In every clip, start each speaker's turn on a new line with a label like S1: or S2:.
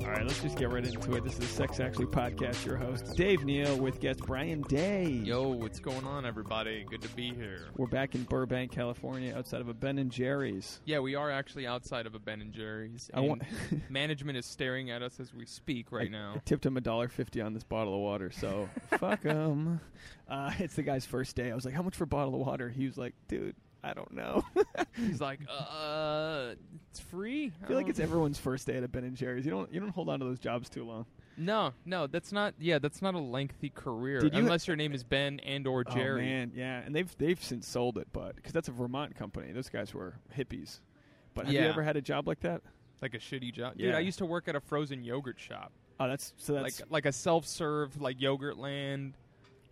S1: let's just get right into it. This is the Sex Actually Podcast, your host, Dave Neal, with guest Brian Day.
S2: Yo, what's going on, everybody? Good to be here.
S1: We're back in Burbank, California, outside of a Ben and Jerry's.
S2: Yeah, we are actually outside of a Ben and Jerry's.
S1: I want-
S2: and management is staring at us as we speak right
S1: I
S2: now.
S1: tipped him a dollar fifty on this bottle of water, so fuck him. Uh, it's the guy's first day. I was like, "How much for a bottle of water?" He was like, "Dude, I don't know."
S2: He's like, uh, it's free. Oh."
S1: I feel like it's everyone's first day at a Ben and Jerry's. You don't you don't hold on to those jobs too long.
S2: no, no. That's not. Yeah, that's not a lengthy career
S1: Did you-
S2: unless your name is Ben and or Jerry.
S1: Oh man, yeah, and they've they've since sold it, but because that's a Vermont company. Those guys were hippies. But have you
S2: Yeah.
S1: ever had a job like that?
S2: Like a shitty job, dude.
S1: Yeah.
S2: I used to work at a frozen yogurt shop,
S1: Oh, that's so that's
S2: like like a self-serve like yogurt land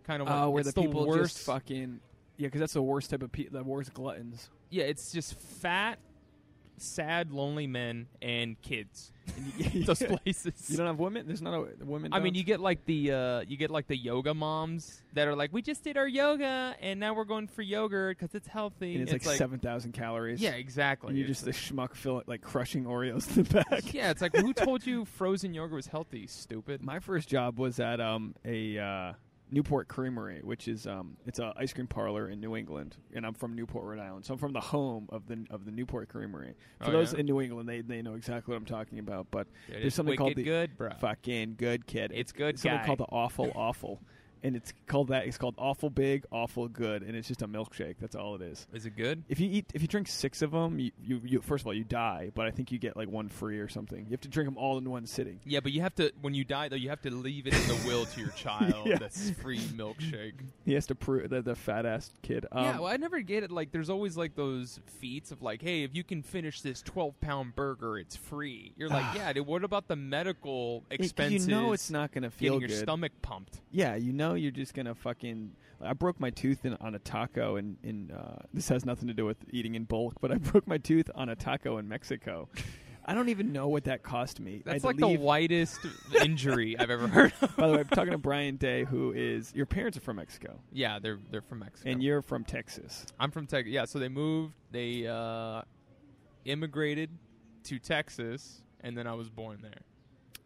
S2: kind of.
S1: oh,
S2: one.
S1: where
S2: It's
S1: the people
S2: worst
S1: just fucking yeah, because that's the worst type of pe- the worst gluttons.
S2: Yeah, it's just fat, sad, lonely men and kids. Those places.
S1: You don't have women. There's not a women.
S2: I mean,
S1: don't?
S2: you get like the uh, you get like the yoga moms that are like, we just did our yoga and now we're going for yogurt because it's healthy.
S1: and it's, like, seven thousand calories.
S2: Yeah, exactly.
S1: and you're
S2: It's
S1: just the schmuck fill like crushing Oreos in the back.
S2: like- yeah, it's like who told you frozen yogurt was healthy? Stupid.
S1: My first job was at um, a uh, Newport Creamery, which is um, it's an ice cream parlor in New England, and I'm from Newport, Rhode Island, so I'm from the home of the of the Newport Creamery. For
S2: Oh,
S1: those
S2: yeah?
S1: in New England, they they know exactly what I'm talking about. But
S2: Dude,
S1: there's
S2: it's
S1: something called
S2: wicked
S1: the
S2: good, bro.
S1: fucking good kid.
S2: It's good
S1: something
S2: guy.
S1: called the awful awful, and it's called that. It's called awful big, awful good, and it's just a milkshake. That's all it is.
S2: Is it good?
S1: If you eat, if you drink six of them, you, you, you first of all you die, but I think you get like one free or something. You have to drink them all in one sitting.
S2: Yeah, but you have to when you die though. You have to leave it in the will to your child.
S1: Yeah.
S2: That's free milkshake.
S1: He has to prove that the fat ass kid. Um,
S2: yeah, well, I never get it. Like, there's always like those feats of like, hey, if you can finish this 12 pound burger, it's free. You're like, yeah, dude. What about the medical expenses?
S1: You know it's not gonna feel
S2: getting
S1: good.
S2: your stomach pumped.
S1: yeah, you know you're just gonna fucking. I broke my tooth in, on a taco, and in, uh, this has nothing to do with eating in bulk, but I broke my tooth on a taco in Mexico. I don't even know what that cost me. I had
S2: That's
S1: to
S2: like
S1: leave-
S2: the whitest injury I've ever heard. of.
S1: By the way, I'm talking to Brian Day, who is your parents are from Mexico,
S2: Yeah, they're they're from Mexico.
S1: and you're from Texas.
S2: I'm from Texas. Yeah, so they moved. They uh, immigrated to Texas, and then I was born there.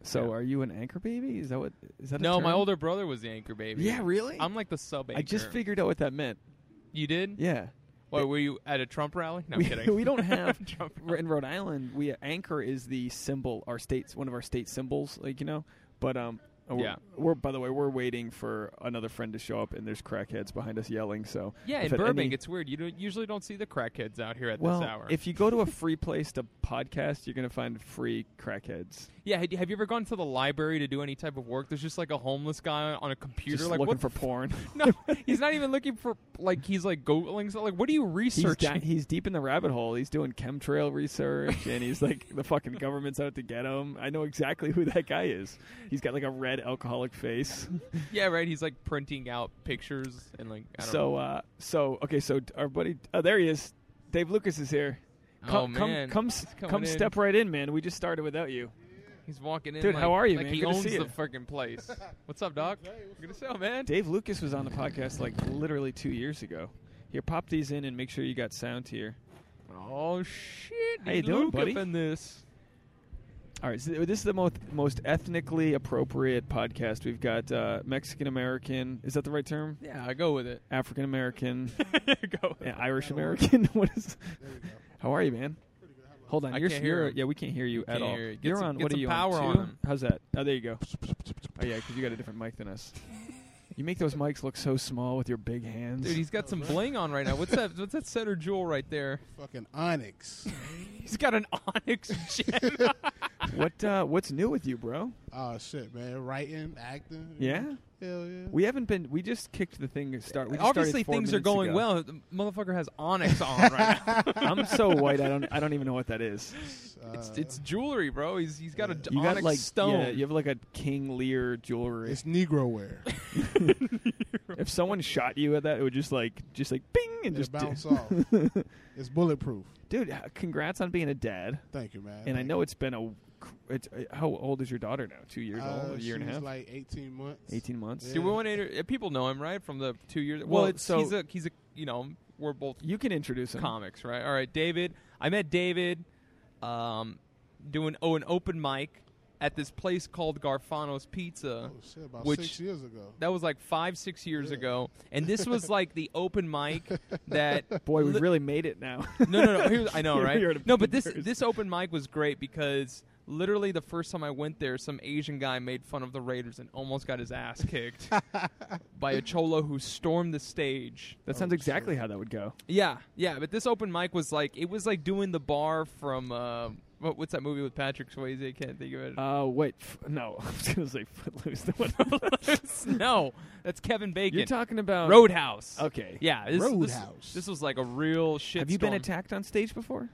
S1: So
S2: Yeah.
S1: are you an anchor baby? Is that what? Is that a
S2: no, my
S1: term?
S2: older brother was the anchor baby.
S1: Yeah, really.
S2: I'm like the sub anchor.
S1: I just figured out what that meant.
S2: you did.
S1: Yeah.
S2: What were you at a Trump rally? No, I'm
S1: we,
S2: kidding.
S1: we don't have
S2: Trump
S1: We're in Rhode Island, we anchor is the symbol, our state's one of our state symbols, like you know. But um, we're,
S2: Yeah.
S1: we're by the way, we're waiting for another friend to show up, and there's crackheads behind us yelling. So
S2: Yeah,
S1: if
S2: in
S1: at
S2: Burbank,
S1: any-
S2: it's weird. You don't, usually don't see the crackheads out here at
S1: well,
S2: this hour.
S1: if you go to a free place to podcast, you're gonna find free crackheads.
S2: yeah, had you- have you ever gone to the library to do any type of work? There's just like a homeless guy on a computer,
S1: just
S2: like
S1: looking
S2: what?
S1: for porn.
S2: no, he's not even looking for like he's like googling. So, like, what are you
S1: he's,
S2: researching?
S1: di- he's deep in the rabbit hole. He's doing chemtrail research, and he's like the fucking government's out to get him. I know exactly who that guy is. He's got like a red alcoholic face.
S2: yeah, right. He's like printing out pictures and like. I don't
S1: So,
S2: know.
S1: uh, so okay, so our buddy, oh, there he is. Dave Lucas is here. Come,
S2: oh man,
S1: come, come, s-
S2: He's coming
S1: come
S2: in.
S1: step right in, man. We just started without you.
S2: He's walking in.
S1: Dude,
S2: like-
S1: how are you,
S2: like
S1: man?
S2: He
S1: Good to
S2: owns
S1: see
S2: the
S1: you.
S2: fucking place. What's up, doc?
S3: Hey, what's
S2: Good to
S3: up?
S2: see you, man.
S1: Dave Lucas was on the podcast like literally two years ago. Here, pop these in and make sure you got sound here.
S2: Oh shit!
S1: How you
S2: dude,
S1: doing,
S2: Luke
S1: buddy?
S2: Up in this.
S1: All right, so this is the most most ethnically appropriate podcast. We've got uh, Mexican American. Is that the right term?
S2: Yeah, I go with it.
S1: African American,
S2: go.
S1: and Irish American. what is?
S3: There we go.
S1: How are you, man?
S3: Pretty good. How about
S1: Hold on,
S2: I
S1: you're,
S2: can't hear
S1: you're
S2: him.
S1: yeah, we can't hear you at
S2: can't
S1: all.
S2: hear you. Get
S1: you're
S2: some-
S1: on.
S2: get
S1: What are
S2: some
S1: you
S2: power
S1: on?
S2: on
S1: two?
S2: him.
S1: How's that? Oh, there you go. Oh yeah, because you got a different mic than us. You make those mics look so small with your big hands.
S2: Dude, he's got some bling on right now. What's that? What's that center jewel right there?
S3: fucking Onyx.
S2: He's got an onyx gem.
S1: what uh, what's new with you, bro?
S3: oh shit, man! Writing, acting.
S1: Yeah,
S3: Hell yeah.
S1: we haven't been. We just kicked the thing to start. We just started
S2: Obviously,
S1: four
S2: things are
S1: minutes
S2: going
S1: ago.
S2: well. The motherfucker has onyx on right now.
S1: I'm so white. I don't. I don't even know what that is.
S3: Uh,
S2: It's, it's jewelry, bro. He's he's got an
S3: You
S1: You
S2: onyx
S1: got like
S2: stone.
S1: Yeah, you have like a King Lear jewelry.
S3: it's Negro wear.
S1: if someone shot you at that, it would just like just like bing and
S3: It
S1: just
S3: bounce off. It's bulletproof.
S1: Dude, h- congrats on being a dad.
S3: Thank you, man.
S1: And I
S3: Thank
S1: know
S3: you.
S1: it's been a. cr- It's, uh, how old is your daughter now? Two years
S3: Uh,
S1: old, a year and a
S3: she's
S1: half,
S3: Like eighteen months.
S1: eighteen months.
S3: Yeah.
S2: Do we want to? Inter- uh, people know him, right? From the two years. Well,
S1: Well,
S2: it's,
S1: so-
S2: he's a he's a you know we're both
S1: You can introduce him.
S2: comics, right? All right, David. I met David, um, doing oh an open mic at this place called Garfano's Pizza.
S3: Oh shit! About
S2: Which-
S3: six years ago.
S2: That was like five, six years
S3: Yeah.
S2: ago, and this was like the open mic that
S1: Boy,
S2: li-
S1: we've really made it now.
S2: no, no, no. Here's, I know,
S1: Here we are
S2: right?
S1: to
S2: No, but this
S1: Pittsburgh.
S2: this open mic was great because literally the first time I went there, some Asian guy made fun of the Raiders and almost got his ass kicked by a cholo who stormed the stage.
S1: That sounds exactly how that would go.
S2: Yeah, yeah. But this open mic was like it was like doing the bar from uh, what, what's that movie with Patrick Swayze? I can't think of it.
S1: Uh, wait, f- no, I was gonna say Footloose. The one
S2: no, that's Kevin Bacon.
S1: You're talking about
S2: Roadhouse.
S1: Okay.
S2: Yeah, this, this-
S3: Roadhouse.
S2: This, was like a real shit.
S1: Have you been attacked on stage before,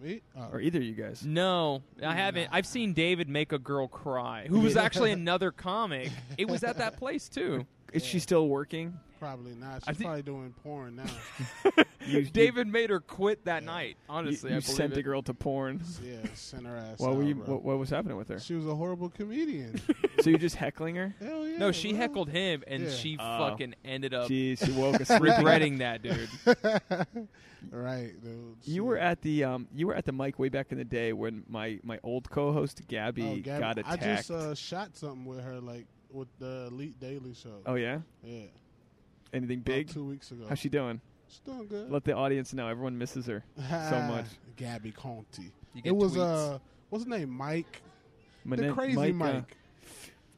S3: Me? Oh.
S1: or either of you guys?
S2: No, I haven't. I've seen David make a girl cry, who was actually another comic. It was at that place too.
S1: Is she still working?
S3: Probably not.
S2: I
S3: She's
S2: think-
S3: probably doing porn now.
S1: You,
S2: David made her quit that night. Honestly,
S1: you,
S2: I
S1: you
S2: believe
S1: sent
S2: it.
S1: the girl to porn.
S3: yeah, send her ass.
S1: What
S3: out,
S1: were you?
S3: bro.
S1: What, what was happening with her?
S3: She was a horrible comedian.
S1: so you're just heckling her?
S3: Hell yeah.
S2: No, she
S3: bro.
S2: heckled him, and
S3: Yeah.
S2: she
S1: Oh.
S2: fucking ended up
S1: Jeez, she woke us.
S2: regretting that, dude.
S3: right, dude.
S1: You were at the um, you were at the mic way back in the day when my my old co-host Gabby,
S3: oh, Gabby,
S1: got
S3: I
S1: attacked.
S3: just uh, shot something with her, like with the Elite Daily Show.
S1: oh yeah,
S3: yeah,
S1: anything
S3: about
S1: big?
S3: two weeks ago.
S1: How's she doing?
S3: She's doing good.
S1: Let the audience know. Everyone misses her. much.
S3: Gabby Conti.
S2: You get
S3: It was
S2: tweets.
S3: uh, what's his name? Mike, the
S1: Mane-
S3: crazy
S1: Mike,
S3: Mike.
S1: uh,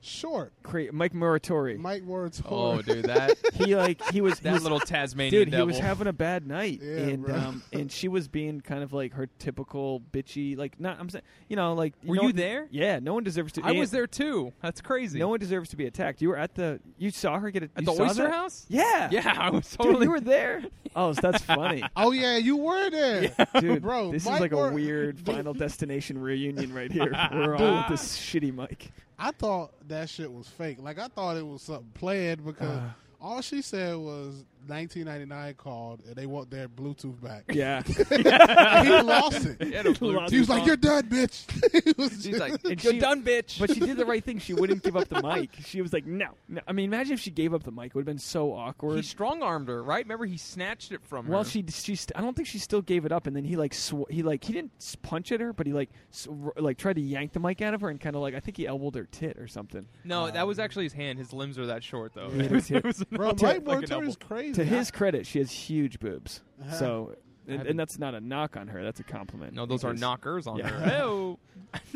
S3: Short,
S1: cra- Mike Muratori.
S3: Mike Words.
S2: oh, dude, that
S1: he like he was he
S2: that
S1: was-
S2: little Tasmanian
S1: dude.
S2: devil.
S1: He was having a bad night,
S3: Yeah,
S1: and
S3: bro.
S1: um, and she was being kind of like her typical bitchy, like not. I'm saying, you know, like
S2: Were
S1: no
S2: you
S1: one-
S2: there?
S1: Yeah, no one deserves to.
S2: I
S1: and
S2: was there too. That's crazy.
S1: No one deserves to be attacked. You were at the. You saw her get a,
S2: at
S1: you
S2: the
S1: saw
S2: oyster
S1: that?
S2: house.
S1: Yeah,
S2: Yeah, I was
S1: Dude,
S2: totally.
S1: you were there. Oh, so that's funny,
S3: Oh yeah, you were there,
S1: dude.
S3: bro.
S1: this
S3: Mike
S1: is like a
S3: Wor-
S1: weird
S3: Dude,
S1: Final Destination reunion right here. We're all with this shitty mic.
S3: I thought that shit was fake. Like I thought it was something planned because
S1: Uh.
S3: all she said was 1999 called and they want their Bluetooth back.
S1: Yeah,
S3: And he lost it.
S2: He had a blue
S1: Lost
S3: He was
S2: tooth
S3: like,
S2: on.
S3: "You're done, bitch." He was
S2: She's like,
S1: And
S2: "You're
S1: she-
S2: done, bitch."
S1: but she did the right thing. She wouldn't give up the mic. She was like, no, no. I mean, imagine if she gave up the mic. It would have been so awkward.
S2: he strong armed her, right? Remember, he snatched it from
S1: Well,
S2: her.
S1: she she st- I don't think she still gave it up, and then he like sw- he like he didn't s- punch at her, but he like s- r- like tried to yank the mic out of her, and kind of like I think he elbowed her tit or something.
S2: No, that was
S3: Um,
S2: actually his hand. His limbs are that short, though.
S1: Yeah,
S2: It was-
S1: his
S2: it was
S3: bro,
S2: like
S3: Mike
S2: a
S3: Morton
S2: double.
S3: is crazy.
S1: To his credit, she has huge boobs,
S3: Uh-huh.
S1: so and, and
S2: haven't-
S1: that's not a knock on her. That's a compliment.
S2: No, those are
S1: Because-
S2: knockers on
S1: Yeah.
S2: her. Oh,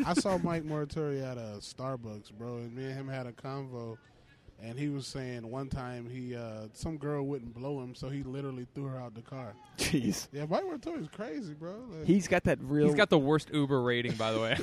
S3: I saw Mike Moratori at a Starbucks, bro, and me and him had a convo, and he was saying one time he uh, some girl wouldn't blow him, so he literally threw her out the car.
S1: Jeez,
S3: Yeah, Mike Moratori is crazy, bro. Like,
S1: he's got that real.
S2: he's got the worst Uber rating, by the way.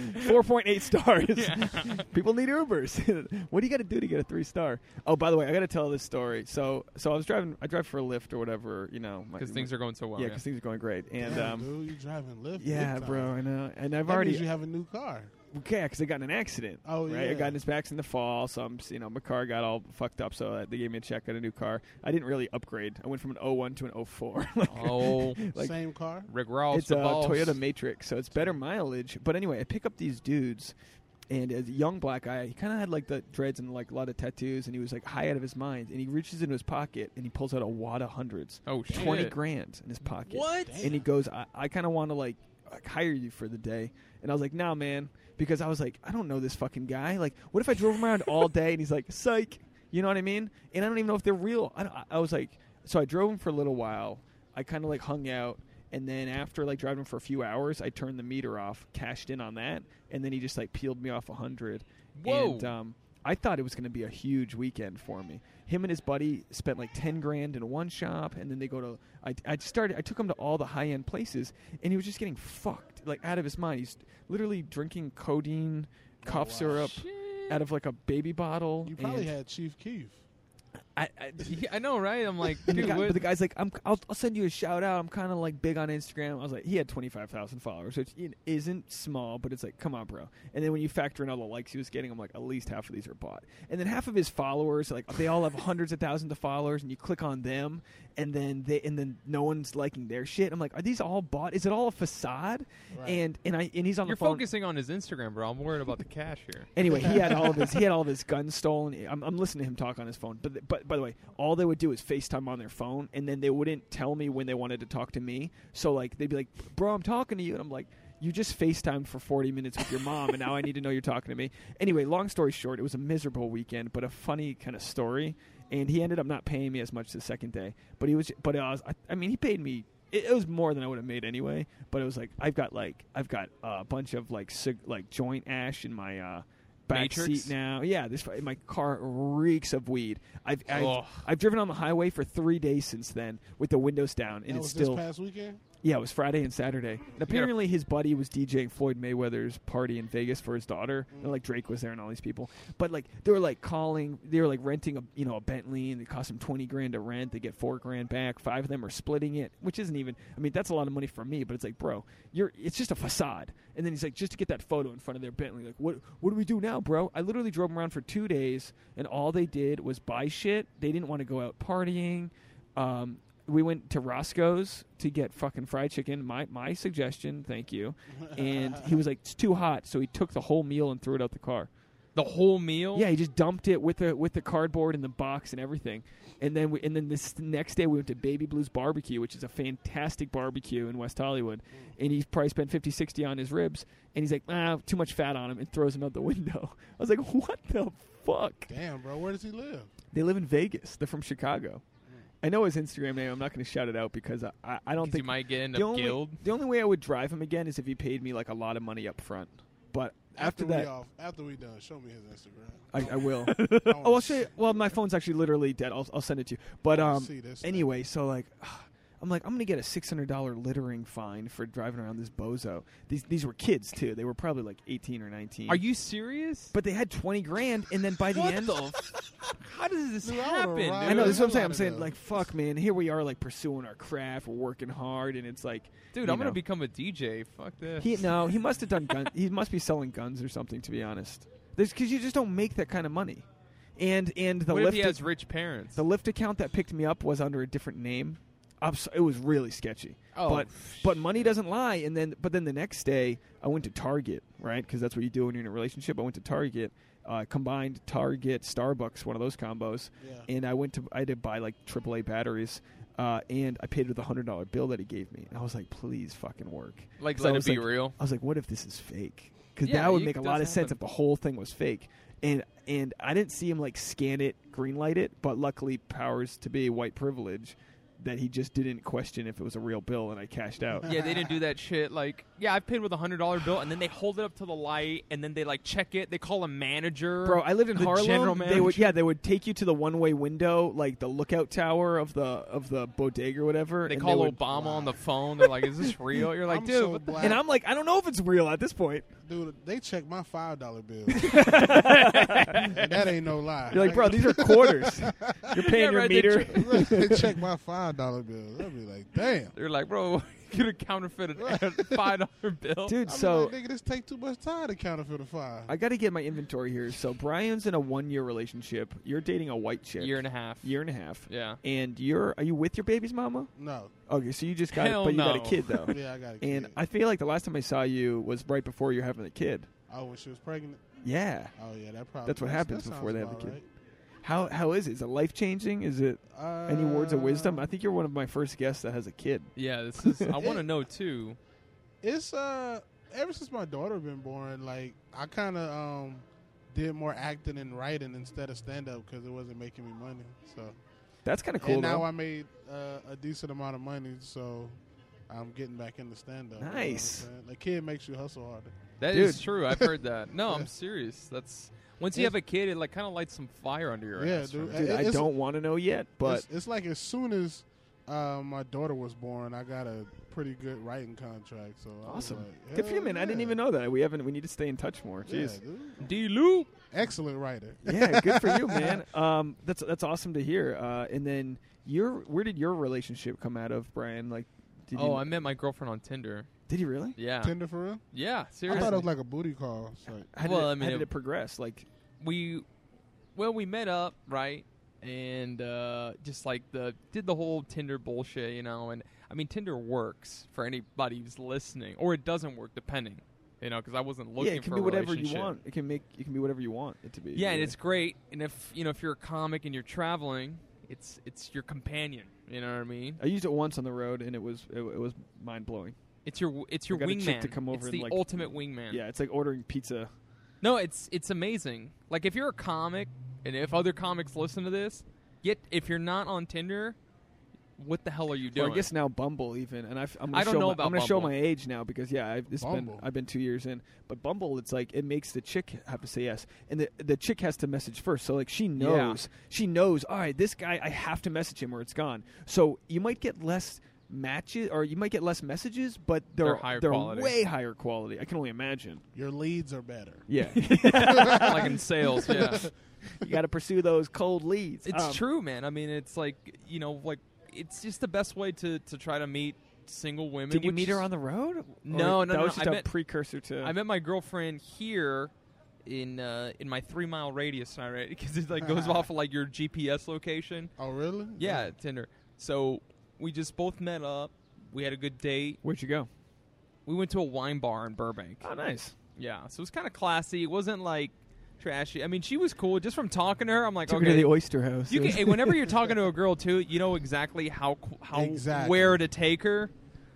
S3: he's a Uber-
S1: four point eight stars. People need Ubers. what do you got to do to get a three star? Oh, by the way, I got to tell this story. So, so I was driving. I drive for a Lyft or whatever. You know, my-
S2: because things are going so well.
S1: yeah,
S2: Yeah,
S1: because things are going great, and
S3: Damn,
S1: um,
S3: dude, you driving Lyft?
S1: Yeah,
S3: big time.
S1: bro, I know. And I've
S3: That
S1: already
S3: means you have a new car.
S1: yeah, because I got in an accident.
S3: Oh,
S1: right? I
S3: yeah.
S1: got in this backs in the fall, so I'm you know my car got all fucked up, so uh, they gave me a check, got a new car. I didn't really upgrade. I went from an 01 to an 04. Like,
S2: Oh,
S1: like,
S3: Same car.
S2: Rick Ross,
S1: it's a
S2: the boss.
S1: Toyota Matrix, so it's better mileage. But anyway, I pick up these dudes, and as a young black guy, he kind of had like the dreads and like a lot of tattoos, and he was like high out of his mind. And he reaches into his pocket and he pulls out a wad of hundreds,
S2: Oh shit!
S1: twenty grand in his pocket
S2: What?
S3: Damn.
S1: and he goes, I, I kind of want to like, like hire you for the day. And I was like, nah, man, because I was like, I don't know this fucking guy. Like, what if I drove him around all day and he's like, psych, you know what I mean? And I don't even know if they're real. I, don't, I- I was like, so I drove him for a little while. I kind of like hung out. And then after like driving for a few hours, I turned the meter off, cashed in on that, and then he just like peeled me off a hundred.
S2: Whoa.
S1: And um, I thought it was going to be a huge weekend for me. Him and his buddy spent like ten grand in one shop, and then they go to. I, I started. I took him to all the high end places, and he was just getting fucked like out of his mind. He's literally drinking codeine, cough
S3: wow.
S1: syrup out of like a baby bottle.
S3: You probably
S1: and
S3: had Chief Keef.
S1: I, I,
S2: Yeah, I know, right? I'm like,
S1: and the
S2: dude,
S1: guy-
S2: what-
S1: but the guy's like, I'm, I'll, I'll send you a shout out. I'm kind of like big on Instagram. I was like, he had 25,000 followers, which it isn't small, but it's like, come on, bro. And then when you factor in all the likes he was getting, I'm like, at least half of these are bought. And then half of his followers, like they all have hundreds of thousands of followers, and you click on them, and then they, and then no one's liking their shit. I'm like, are these all bought? Is it all a facade?
S3: Right.
S1: And and I and he's on
S2: you're
S1: the phone.
S2: focusing on his Instagram, bro. I'm worried about the cash here.
S1: Anyway, he had all of his he had all of his guns stolen. I'm, I'm listening to him talk on his phone. But but by the way, all they would do is FaceTime on their phone, and then they wouldn't tell me when they wanted to talk to me. So like they'd be like, "Bro, I'm talking to you," and I'm like, you just FaceTime for 40 minutes with your mom, and now I need to know you're talking to me. Anyway, long story short, it was a miserable weekend, but a funny kind of story. And he ended up not paying me as much the second day, but he was, but I was, I, I mean, he paid me. It, it was more than I would have made anyway, but it was like I've got like I've got uh, a bunch of like cig- like joint ash in my uh, back
S2: Matrix?
S1: seat now. Yeah, this my car reeks of weed. I've I've,
S2: Ugh.
S1: I've driven on the highway for three days since then with the windows down, and
S3: that
S1: it's
S3: was
S1: still
S3: this past weekend.
S1: yeah, it was Friday and Saturday. And apparently, his buddy was DJing Floyd Mayweather's party in Vegas for his daughter, and like Drake was there and all these people. But like they were like calling, they were like renting a you know a Bentley, and it cost them twenty grand to rent. They get four grand back. Five of them are splitting it, which isn't even. I mean, that's a lot of money for me, but it's like, bro, you're it's just a facade. And then he's like, just to get that photo in front of their Bentley. Like, what what do we do now, bro? I literally drove 'em around for two days, and all they did was buy shit. They didn't want to go out partying. Um, we went to Roscoe's to get fucking fried chicken. My my suggestion, thank you. And he was like, "It's too hot," so he took the whole meal and threw it out the car.
S2: The whole meal.
S1: Yeah, he just dumped it with the with the cardboard and the box and everything. And then we, and then this next day we went to Baby Blues Barbecue, which is a fantastic barbecue in West Hollywood. And he's probably spent 50, 60 on his ribs. And he's like, "Ah, too much fat on him," and throws him out the window. I was like, "What the fuck?"
S3: Damn, bro, where does he live?
S1: They live in Vegas. They're from Chicago. I know his Instagram name. I'm not going to shout it out because I, I, I don't
S2: Hmm. Because you
S1: think
S2: might get end
S1: the
S2: up
S1: only,
S2: guild.
S1: the only way I would drive him again is if he paid me like a lot of money up front. But after,
S3: we
S1: that,
S3: off, after we done, show me his Instagram.
S1: I, I will.
S3: I wanna
S1: oh, I'll show you. Well, my phone's actually literally dead. I'll, I'll send it to you. But um,
S3: see this thing.
S1: anyway, so like, I'm like, I'm gonna get a $600 littering fine for driving around this bozo. These these were kids too. They were probably like 18 or 19.
S2: Are you serious?
S1: But they had 20 grand, and then by the
S2: what
S1: end,
S2: the? f- How does this
S3: Dude, I
S2: happen?
S3: would've
S2: Dude?
S3: robbed
S1: I know this is what I'm
S3: There's
S1: saying.
S3: a lot
S1: I'm
S3: of
S1: saying
S3: those.
S1: like, fuck, man. Here we are, like pursuing our craft. We're working hard, and it's like,
S2: Dude,
S1: you
S2: I'm gonna
S1: know.
S2: become a DJ. Fuck this.
S1: He no, he must have done gun. he must be selling guns or something. To be honest, because you just don't make that kind of money. And and the
S2: what if
S1: lift
S2: he has rich parents?
S1: the lift account that picked me up was under a different name. I'm so- it was really sketchy.
S2: Oh,
S1: but but money doesn't lie. And then but then the next day I went to Target, right? Because that's what you do when you're in a relationship. I went to Target, uh, combined Target Starbucks, one of those combos,
S3: Yeah.
S1: and I went to I had to buy like AAA batteries. Uh, and I paid with a hundred dollar bill that he gave me, and I was like, "Please, fucking work."
S2: like,
S1: 'Cause I
S2: let it
S1: was
S2: be
S1: like-
S2: real.
S1: I was like, what if this is fake? Because
S2: Yeah,
S1: that would
S2: you-
S1: make a
S2: it
S1: lot of
S2: does
S1: sense
S2: happen.
S1: if the whole thing was fake. And and I didn't see him like scan it, green light it, but luckily, powers to be white privilege, that he just didn't question if it was a real bill, and I cashed out.
S2: Yeah, they didn't do that shit. Like, yeah, I paid with a hundred dollar bill, and then they hold it up to the light, and then they like check it. They call a manager.
S1: Bro, I lived in
S2: The
S1: Harlem.
S2: general
S1: They would
S2: manager.
S1: yeah, they would take you to the one way window, like the lookout tower of the of the bodega or whatever.
S2: they
S1: and
S2: call
S1: would-
S2: Obama
S3: Wow.
S2: on the phone. They're like, "Is this real?" You're like,
S3: I'm
S2: "Dude,
S3: so
S2: what the
S3: black.
S1: and I'm like, I don't know if it's real at this point.
S3: Dude, they check my five dollar bill. that ain't no lie.
S1: You're like, bro, these are quarters. You're paying
S2: Yeah,
S1: your
S2: right, they
S1: meter.
S2: check-
S3: Look, they check my five dollar bill. I'll be like, damn.
S2: They're like, "Bro, you could have counterfeited a five dollar bill."
S1: Dude,
S3: I
S1: so
S3: nigga, this take too much time to counterfeit a five.
S1: I got to get my inventory here. So Brian's in a one-year relationship. You're dating a white chick.
S2: year and a half.
S1: Year and a half.
S2: Yeah.
S1: And you're are you with your baby's mama?
S3: no,
S1: Okay, so you just got
S2: Hell
S1: but you got a
S2: no.
S1: kid though.
S3: yeah, I got it.
S1: and I feel like the last time I saw you was right before you were having the kid.
S3: oh, when she was pregnant.
S1: Yeah.
S3: Oh yeah, that probably.
S1: That's what happens
S3: that
S1: before
S3: sounds
S1: they have a
S3: about
S1: kid. How how is it? Is it life changing? Is it
S3: right.
S1: any words of wisdom?
S3: Uh,
S1: I think you're one of my first guests that has a kid.
S2: Yeah, this is. I want to know too.
S3: It's uh, ever since my daughter been born, like I kind of um did more acting and writing instead of stand up because it wasn't making me money. So
S1: That's kind of cool.
S3: and now
S1: though.
S3: I made uh, a decent amount of money, so I'm getting back into stand up.
S1: Nice.
S3: the kid makes you hustle harder.
S2: That is
S1: Dude.
S2: true. I've heard that. No,
S3: Yeah.
S2: I'm serious. That's once you
S3: Yeah.
S2: have a kid, it like kind of lights some fire under your
S3: Yeah,
S2: ass.
S3: dude.
S2: right?
S1: Dude,
S3: it-
S1: I
S3: it's-
S1: don't want to know yet, but
S3: it's, it's like as soon as uh, my daughter was born, I got a pretty good writing contract. So I was
S1: Awesome.
S3: like,
S1: good for you,
S3: hell
S1: man. I didn't
S3: yeah.
S1: even know that. We haven't. We need to stay in touch more.
S3: Yeah,
S1: Jeez.
S3: dude.
S2: D loop.
S3: excellent writer.
S1: yeah, good for you, man. Um, that's that's awesome to hear. Uh, and then your where did your relationship come out of, Brian? Like, did
S2: Oh,
S1: you,
S2: I met my girlfriend on Tinder.
S1: did you really?
S2: Yeah,
S3: Tender for real?
S2: yeah.
S3: I
S2: Seriously.
S3: thought it was like a booty call. It's like,
S1: How did
S2: Well,
S1: it,
S2: I mean,
S1: how did
S2: it-
S1: it progress? Like,
S2: we well we met up right and uh just like the did the whole tinder bullshit you know and i mean tinder works for anybody who's listening or it doesn't work depending you know because i wasn't looking
S1: yeah, it can
S2: for
S1: be
S2: a
S1: whatever you
S2: relationship.
S1: want. It can make it can be whatever you want it to be.
S2: yeah and
S1: really.
S2: it's great and if you know if you're a comic and you're traveling it's it's your companion you know what i mean
S1: I used it once on the road, and it was it, it was mind blowing.
S2: It's your it's your
S1: I got a chick
S2: wingman.
S1: to come over
S2: it's
S1: and,
S2: the
S1: like-
S2: ultimate wingman.
S1: Yeah, it's like ordering pizza.
S2: No, it's it's amazing. Like if you're a comic, and if other comics listen to this, yet if you're not on Tinder, what the hell are you doing?
S1: Well, I guess now Bumble even, and I've, I'm gonna
S2: I don't
S1: show
S2: know
S1: my,
S2: about
S1: I'm gonna show
S2: Bumble.
S1: my age now because yeah, I've, it's been
S3: Bumble.
S1: I've been two years in, but Bumble it's like it makes the chick have to say yes, and the the chick has to message first, so like she knows she knows all right, this guy I have to message him or it's gone. So you might get less matches or you might get less messages, but they're
S2: They're higher quality.
S1: way higher quality. I can only imagine.
S3: Your leads are better.
S1: Yeah,
S2: like in sales, yeah.
S1: you got to pursue those cold leads.
S2: It's
S1: Um,
S2: true, man. I mean, it's like you know, like it's just the best way to to try to meet single women.
S1: Did you
S2: which
S1: meet
S2: is-
S1: her on the road? Or
S2: No, no,
S1: that
S2: no,
S1: was just
S2: I
S1: a
S2: met-
S1: precursor to.
S2: I met my girlfriend here in uh, in my three mile radius, right? Because it like goes off of like your GPS location.
S3: Oh, really?
S2: Yeah, Tinder. So we just both met up. We had a good date.
S1: Where'd you go?
S2: We went to a wine bar in Burbank.
S1: Oh, nice.
S2: Yeah, so it was kind of classy. It wasn't like trashy. I mean, she was cool. Just from talking to her, I'm like,
S1: Took her
S2: okay.
S1: to the Oyster House.
S2: you
S1: It
S2: can,
S1: was-
S2: hey, whenever you're talking to a girl too, you know exactly how qu- how
S3: Exactly.
S2: where to take her.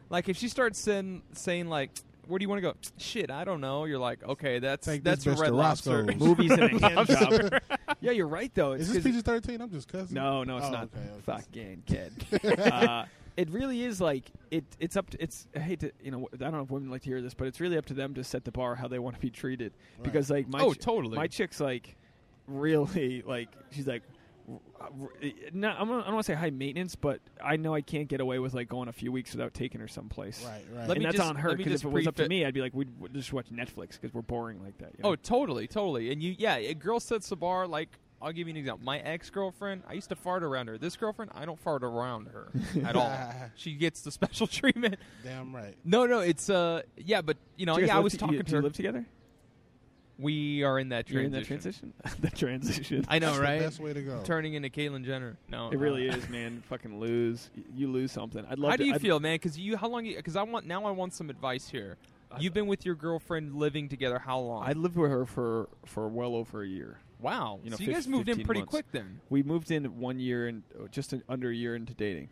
S2: Like if she starts saying saying like, "Where do you want to go?" Shit, I don't know. You're like, okay, that's
S3: Take
S2: that's
S3: this bitch
S2: red
S3: to
S2: lobster.
S3: Roscoe's.
S1: movies and a hand job. yeah, you're right though. It's
S3: Is this
S1: 'cause-
S3: PG thirteen? I'm just cussing.
S1: no, no, it's
S3: Oh,
S1: not.
S3: okay, okay.
S1: Fucking kid. uh, it really is like it. It's up to. It's. I hate to. You know. I don't know if women like to hear this, but it's really up to them to set the bar how they want to be treated.
S3: Right.
S1: Because like my.
S2: Oh,
S1: chi-
S2: totally.
S1: My chick's like, really like she's like. r- r- No, I'm not, I don't want to say high maintenance, but I know I can't get away with like going a few weeks without taking her someplace.
S3: Right, right.
S2: Let
S1: and
S2: me
S1: that's
S2: just-
S1: on her
S2: let me
S1: because if
S2: just
S1: it was up to
S2: preface-
S1: me, I'd be like, we'd, we'd just watch Netflix because we're boring like that. you know?
S2: Oh, totally, totally. And you, yeah, a girl sets the bar. Like, I'll give you an example. My ex girlfriend, I used to fart around her. This girlfriend, I don't fart around her at all. She gets the special treatment.
S3: Damn right.
S2: No, no, it's uh, yeah, but you know,
S1: Do you guys
S2: yeah, I
S1: live
S2: was
S1: to- you-
S2: talking
S1: do
S2: to
S1: you
S2: her.
S1: live together?
S2: We are in that
S1: You're in
S2: transition.
S1: that transition. the transition.
S2: I know,
S3: That's
S2: right?
S3: The best way to go.
S2: Turning into Caitlyn Jenner. No,
S1: it really is, man. Fucking lose. Y- You lose something. I'd love.
S2: How
S1: to,
S2: do you
S1: I'd-
S2: feel, man? Because you, how long? Because I want now. I want some advice here.
S1: I-
S2: You've been with your girlfriend living together how long?
S1: I lived with her for for well over a year.
S2: wow.
S1: you know,
S2: so you guys
S1: 15
S2: moved in pretty
S1: months.
S2: quick then.
S1: We moved in one year and oh, just an, under a year into dating.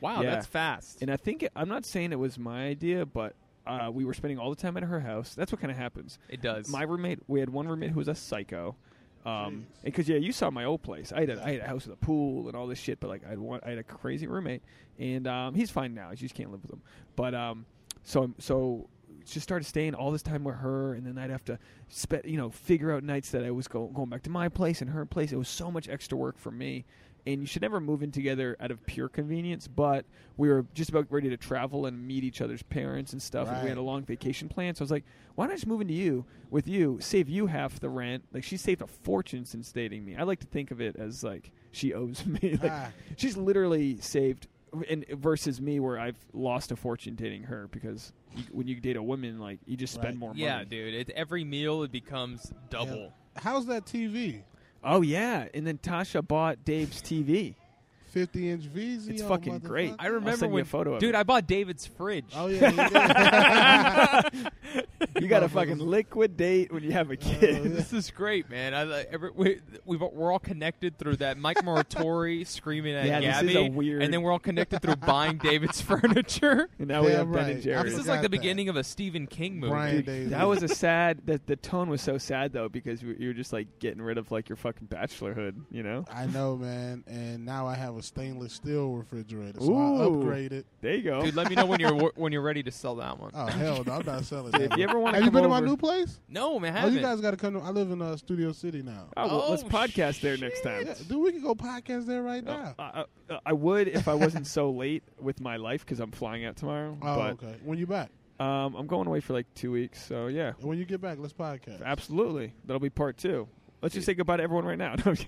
S2: Wow,
S1: Yeah.
S2: that's fast.
S1: And I think it- I'm not saying it was my idea, but uh, we were spending all the time at her house. That's what kind of happens.
S2: it does.
S1: My roommate, we had one roommate who was a psycho. Um,
S3: Jeez.
S1: because yeah, you saw my old place. I had a, I had a house with a pool and all this shit, but like I had one, I had a crazy roommate, and um, he's fine now. I just can't live with him. But um, so so just started staying all this time with her, and then I'd have to spe- you know figure out nights that I was go- going back to my place and her place. It was so much extra work for me. And you should never move in together out of pure convenience, but we were just about ready to travel and meet each other's parents and stuff. And we
S3: Right.
S1: had a long vacation plan, so I was like, "Why not just move into you with you? Save you half the rent. Like she saved a fortune since dating me. I like to think of it as like she owes me. like,
S3: Ah,
S1: She's literally saved, and versus me, where I've lost a fortune dating her because you, when you date a woman, like you just spend
S3: Right.
S1: more
S2: yeah,
S1: money.
S2: dude. It, every meal it becomes double.
S3: how's that TV?
S1: Oh yeah, and then Tasha bought Dave's TV.
S3: Fifty inch VZ.
S1: It's
S3: oh,
S1: fucking great.
S3: motherfucker.
S2: I remember
S1: I'll send you
S2: when
S1: a photo of it.
S2: Dude, I bought David's fridge.
S3: Oh yeah.
S1: you got to fucking liquidate when you have a
S3: Oh,
S1: kid.
S3: yeah.
S2: this is great, man. I, like every, we, we've, we're all connected through that. Mike Moratori screaming at
S1: Yeah, this
S2: Gabby,
S1: is a weird-
S2: and then we're all connected through buying David's furniture.
S1: and now we
S3: Damn
S1: have Ben
S3: right.
S1: and Jerry.
S2: This is
S3: forgot
S2: like the
S3: that.
S2: beginning of a Stephen King movie.
S3: Brian
S1: Dude,
S3: Daisy.
S1: that was a sad. That the tone was so sad though because you you were just like getting rid of like your fucking bachelorhood, you know.
S3: I know, man. And now I have a stainless steel refrigerator, so I
S1: Ooh.
S3: upgraded.
S1: There you go.
S2: Dude, let me know when you're wor- when you're ready to sell that one.
S3: Oh hell, no, I'm not selling.
S1: if
S3: that.
S1: you ever want to,
S3: have you been to my new place?
S2: no, man, I
S3: Oh,
S2: haven't.
S3: you guys got to come. to I live in uh, Studio City now.
S1: Oh, well, let's
S2: Oh,
S1: podcast there next time.
S3: Yeah, dude, we can go podcast there right
S1: Uh,
S3: now.
S1: I, I- I would if I wasn't so late with my life because I'm flying out tomorrow.
S3: Oh,
S1: but
S3: okay. When you back,
S1: um, I'm going away for like two weeks, so yeah,
S3: when you get back, let's podcast.
S1: absolutely. That'll be part two. Let's just say goodbye to everyone right now. No, I'm kidding.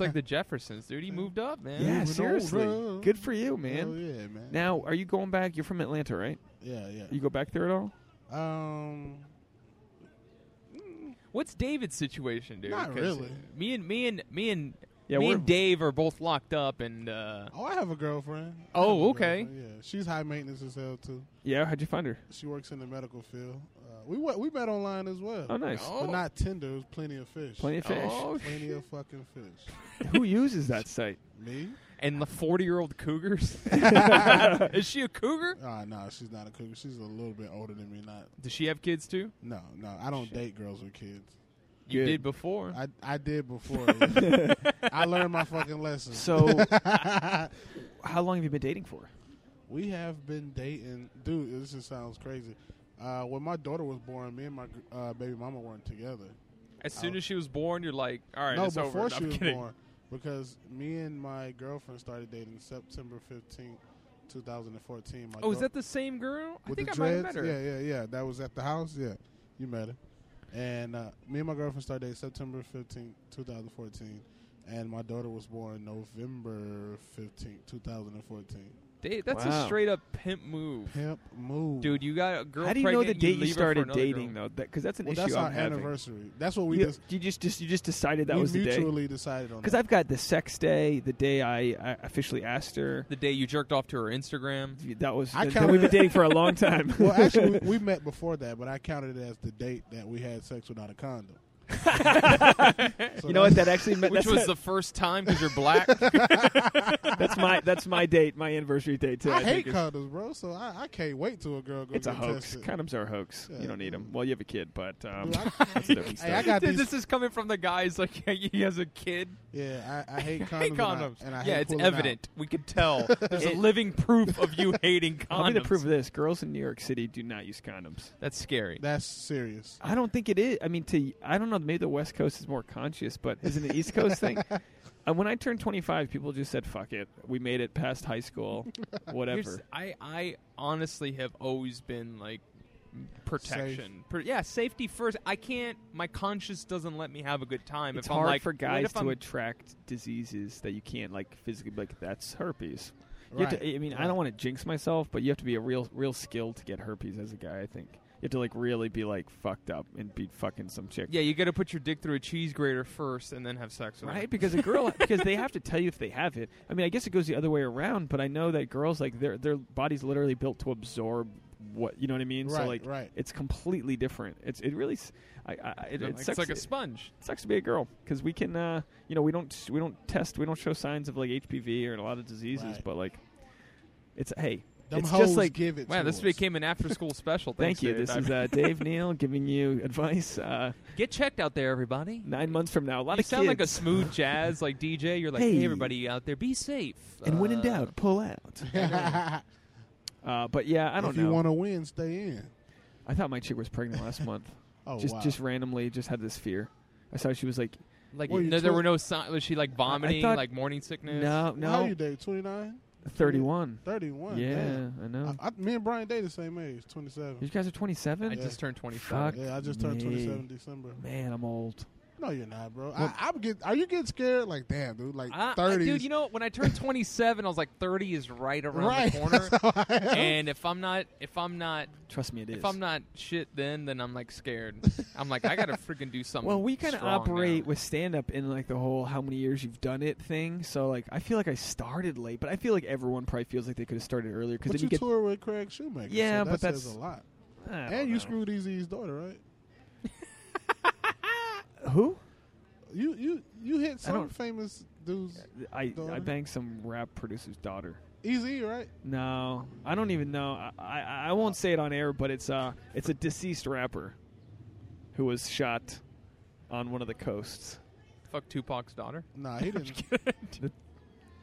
S2: like the Jeffersons, dude. He moved up, man.
S3: moving
S1: yeah,
S3: on,
S1: seriously.
S3: bro.
S1: Good for you,
S3: Hell
S1: man.
S3: yeah, man.
S1: Now, are you going back? You're from Atlanta, right?
S3: yeah, yeah.
S1: You go back there at all?
S3: Um,
S2: What's David's situation, dude?
S3: Not
S2: 'Cause
S3: really.
S2: Me and me and me and
S1: Yeah,
S2: me
S1: we're
S2: and Dave are both locked up, and uh,
S3: oh, I have a girlfriend. I
S2: Oh,
S3: have a
S2: okay.
S3: girlfriend, Yeah, she's high maintenance as hell too.
S1: yeah. How'd you find her?
S3: She works in the medical field. Uh, we wa- we met online as well,
S1: Oh, nice.
S2: Oh.
S3: but not Tinder. It was plenty of fish.
S1: Plenty of fish.
S2: Oh,
S3: Plenty of fucking fish.
S1: Who uses that site?
S3: Me?
S2: and the forty-year-old cougars. Is she a cougar?
S3: Ah, no, she's not a cougar. She's a little bit older than me. Not
S2: Does she have kids too?
S3: no, no. I don't
S2: Shit.
S3: date girls with kids.
S2: You
S1: Good.
S2: did before.
S3: I I did before. yeah. I learned my fucking lesson.
S1: So, how long have you been dating for?
S3: we have been dating, dude. This just sounds crazy. Uh, when my daughter was born, me and my gr- uh, baby mama weren't together.
S2: as soon as she was born, you're like, all right,
S3: Oh. no,
S2: it's
S3: before
S2: over.
S3: she
S2: I'm
S3: was
S2: kidding.
S3: born, because me and my girlfriend started dating September fifteenth, two thousand and fourteen. My
S2: Oh, is
S3: girl-
S2: that the same girl? I
S3: with
S2: think I
S3: the
S2: might have
S3: dreads?
S2: met her.
S3: Yeah, yeah, yeah. That was at the house. Yeah, you met her. And uh, me and my girlfriend started dating September fifteenth, two 2014, and my daughter was born November fifteenth, two 2014.
S2: Date- that's a
S1: Wow.
S2: straight up pimp move.
S3: Pimp move,
S2: Dude, you got a girl
S1: how do you know the
S2: pregnant,
S1: date you,
S2: leave her for
S1: started
S2: another
S1: dating
S2: girl.
S1: though? Because that's an
S3: Well,
S1: issue
S3: that's
S1: I'm
S3: our
S1: having.
S3: anniversary. That's what we
S1: you,
S3: just
S1: you just, just you just decided that
S3: we
S1: was the day.
S3: mutually decided on.
S1: Because
S3: that.
S1: I've got the sex day, the day I, I officially asked her.
S2: The day you jerked off to her Instagram.
S1: That was
S3: I
S1: that-
S3: counted
S1: we've been
S3: it.
S1: dating for a long time.
S3: well, actually, we, we met before that, but I counted it as the date that we had sex without a condom. So
S1: you know what?
S3: that's-
S1: That actually meant,
S2: Which
S1: that's,
S2: was the first time because you're black.
S1: that's my that's my date, my anniversary date too. I,
S3: I, hate
S1: think it's,
S3: condoms, bro. So I, I can't wait till a girl goes.
S1: it's a hoax. Condoms are a hoax.
S3: Yeah.
S1: You don't need them. Well, you have a kid, but um,
S3: Dude, I-
S1: that's a different
S3: Hey, I
S1: story.
S3: got
S2: Dude,
S3: these.
S2: this is coming from the guy. He's like, he has a kid.
S3: yeah, I, I hate condoms.
S2: I hate
S3: and I-
S2: condoms.
S3: And I, hate
S2: yeah, it's
S3: pulling out.
S2: evident. We could tell. There's a
S1: It-
S2: living proof of you hating condoms.
S1: I'll be the proof of this. Girls in New York City do not use condoms.
S2: That's scary.
S3: That's serious.
S1: I don't think it is. I mean, to I don't know. Maybe the West Coast is more conscious, but is it an East Coast thing? And when I turned 25, people just said, "Fuck it, we made it past high school,
S2: Here's-
S1: whatever."
S2: I, I honestly have always been like protection. Pro- yeah, safety first. I can't. My conscience doesn't let me have a good time.
S1: it's
S2: if
S1: hard
S2: I'm like,
S1: for
S2: what
S1: guys
S2: if
S1: to
S2: I'm-
S1: attract diseases that you can't like physically. be Like that's herpes. You have to, I mean, I
S3: Right.
S1: don't want to jinx myself, but you have to be a real, real skill to get herpes as a guy. I think you have to like really be like fucked up and be fucking some chick.
S2: Yeah, you got to put your dick through a cheese grater first and then have sex with
S1: Right,
S2: Her.
S1: because a girl, because they have to tell you if they have it. I mean, I guess it goes the other way around, but I know that girls like their their body's literally built to absorb what you know what I mean.
S3: Right,
S1: so like,
S3: right.
S1: it's completely different. It's it really, s- I, I I- it, it
S2: it's
S1: sucks.
S2: like a
S1: it
S2: sponge.
S1: sucks to be a girl because we can, uh, you know, we don't we don't test, we don't show signs of like HPV or a lot of diseases,
S3: Right.
S1: but like, it's hey,
S3: Them
S1: it's
S3: hoes
S1: just like
S3: give it.
S2: Wow,
S3: to
S2: this
S3: us.
S2: became an after-school special.
S1: Thank
S2: Thanks,
S1: you.
S2: Dave.
S1: This is uh, Dave Neal giving you advice. Uh,
S2: get checked out there, everybody.
S1: nine months from now, a lot
S2: you
S1: of
S2: sound like a
S1: kids.
S2: smooth jazz like DJ. You're like, hey,
S1: Hey.
S2: everybody out there, be safe.
S1: and when in
S2: Uh,
S1: doubt, pull out. Uh, but yeah, I don't
S3: if
S1: know.
S3: you want to win, stay in.
S1: I thought my chick was pregnant last month.
S3: Oh
S1: just
S3: wow.
S1: just randomly, just had this fear. I saw she was like,
S2: Like,
S3: Were you
S2: no, there
S3: twi-
S2: were no signs. Was she like vomiting?
S1: thought-
S2: like morning sickness?
S1: no,
S3: How old
S1: no,
S3: you date? 29?
S1: 31.
S3: 31.
S1: Yeah,
S3: damn.
S1: I know.
S3: I, I, me and Brian date the same age, 27.
S1: you guys are
S2: I
S1: 27.
S2: just turned 25.
S1: Fuck.
S3: Yeah, I just turned
S1: me.
S3: 27 December.
S1: Man, I'm old.
S3: No, you're not, bro. I,
S1: Well-
S3: I'm get. Are you getting scared? Like, damn, dude. Like
S2: I- I-
S3: 30s.
S2: dude, you know, when I turned 27, I was like, 30 is right around
S3: right.
S2: the corner.
S3: That's how I am.
S2: and if I'm not, if I'm not,
S1: Trust me, it is.
S2: if I'm not shit, then then I'm like scared. I'm like, I gotta freaking do something.
S1: well, we kind
S2: kind
S1: of operate with stand up in like the whole how many years you've done it thing. So like, I feel like I started late, but I feel like everyone probably feels like they could have started earlier because
S3: but
S1: then
S3: you
S1: you get.
S3: tour with Craig Shoemaker. so
S1: Yeah,
S3: that
S1: but
S3: says
S1: that's-
S3: a lot.
S1: I don't
S3: And you
S1: know.
S3: screwed Easy's daughter, right?
S1: who?
S3: You you you hit some
S1: don't-
S3: famous dudes.
S1: I I
S3: Daughter?
S1: banged some rap producer's daughter.
S3: Easy, right?
S1: No, I don't even know. I, I, I won't say it on air, but it's uh it's a deceased rapper who was shot on one of the coasts.
S2: fuck Tupac's daughter.
S3: Nah, he didn't.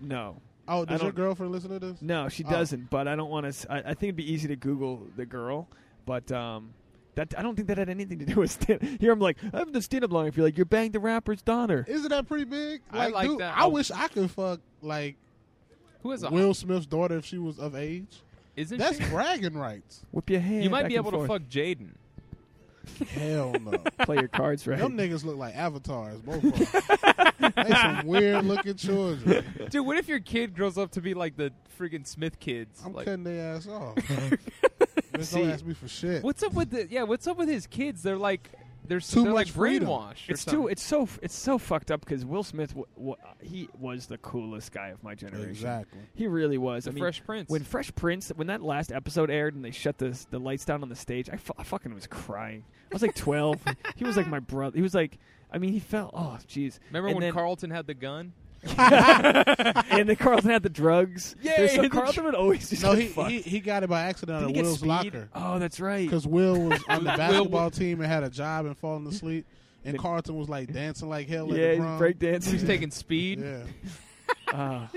S1: No,
S3: Oh,
S1: I
S3: does your
S1: don't-
S3: girlfriend listen to this?
S1: no, she
S3: Oh.
S1: doesn't. But I don't want to. I, I think it'd be easy to Google the girl, but um. That, I don't think that had anything to do with stand. Here I'm like I have the stand up line. If you're like you're banged the rapper's daughter,
S3: Isn't that pretty big?
S2: I like
S3: dude,
S2: that.
S3: I
S2: I-
S3: wish I could fuck like
S2: Who is a
S3: Will Smith's daughter if she was of age.
S2: Isn't
S3: That's
S2: she?
S3: bragging rights.
S1: whip your hand.
S2: You might
S1: back
S2: be
S1: and
S2: able to
S1: forth.
S2: fuck Jaden.
S3: Hell no.
S1: Play your cards right.
S3: Them niggas look like avatars, both of them. they some weird looking children.
S2: Dude, what if your kid grows up to be like the freaking Smith kids?
S3: I'm
S2: like,
S3: cutting their ass off. Bitch,
S1: See,
S3: don't ask me for shit.
S2: what's up with the? Yeah, what's up with his kids? They're like, they're s-
S3: Too
S2: they're
S3: much
S2: like
S3: freedom.
S2: brainwashed. or
S1: It's too.
S2: something.
S1: It's so. It's so fucked up because Will Smith. W- w- he was the coolest guy of my generation.
S3: Exactly.
S1: He really was.
S2: The
S1: I mean,
S2: Fresh Prince.
S1: When Fresh Prince, when that last episode aired and they shut the the lights down on the stage, I, fu- I fucking was crying. I was like twelve. he was like my brother. He was like, I mean, he felt. Oh, jeez.
S2: Remember
S1: And
S2: when
S1: then-
S2: Carlton had the gun?
S1: and then Carlton had the drugs.
S2: Yeah,
S1: There's some
S2: the dr-
S1: Carlton would always just
S3: No,
S1: get
S3: he,
S1: fucked.
S3: he he got it by accident
S1: Did
S3: out
S1: he
S3: of
S1: get
S3: Will's
S1: speed?
S3: locker
S1: Oh, that's right.
S3: because Will was on the
S2: Will-
S3: basketball team and had a job and falling asleep, and
S1: Then-
S3: Carlton was like dancing like hell
S1: Yeah,
S3: at
S1: he's
S3: the prom.
S1: breakdancing.
S2: He's taking speed.
S3: yeah,
S1: Ah.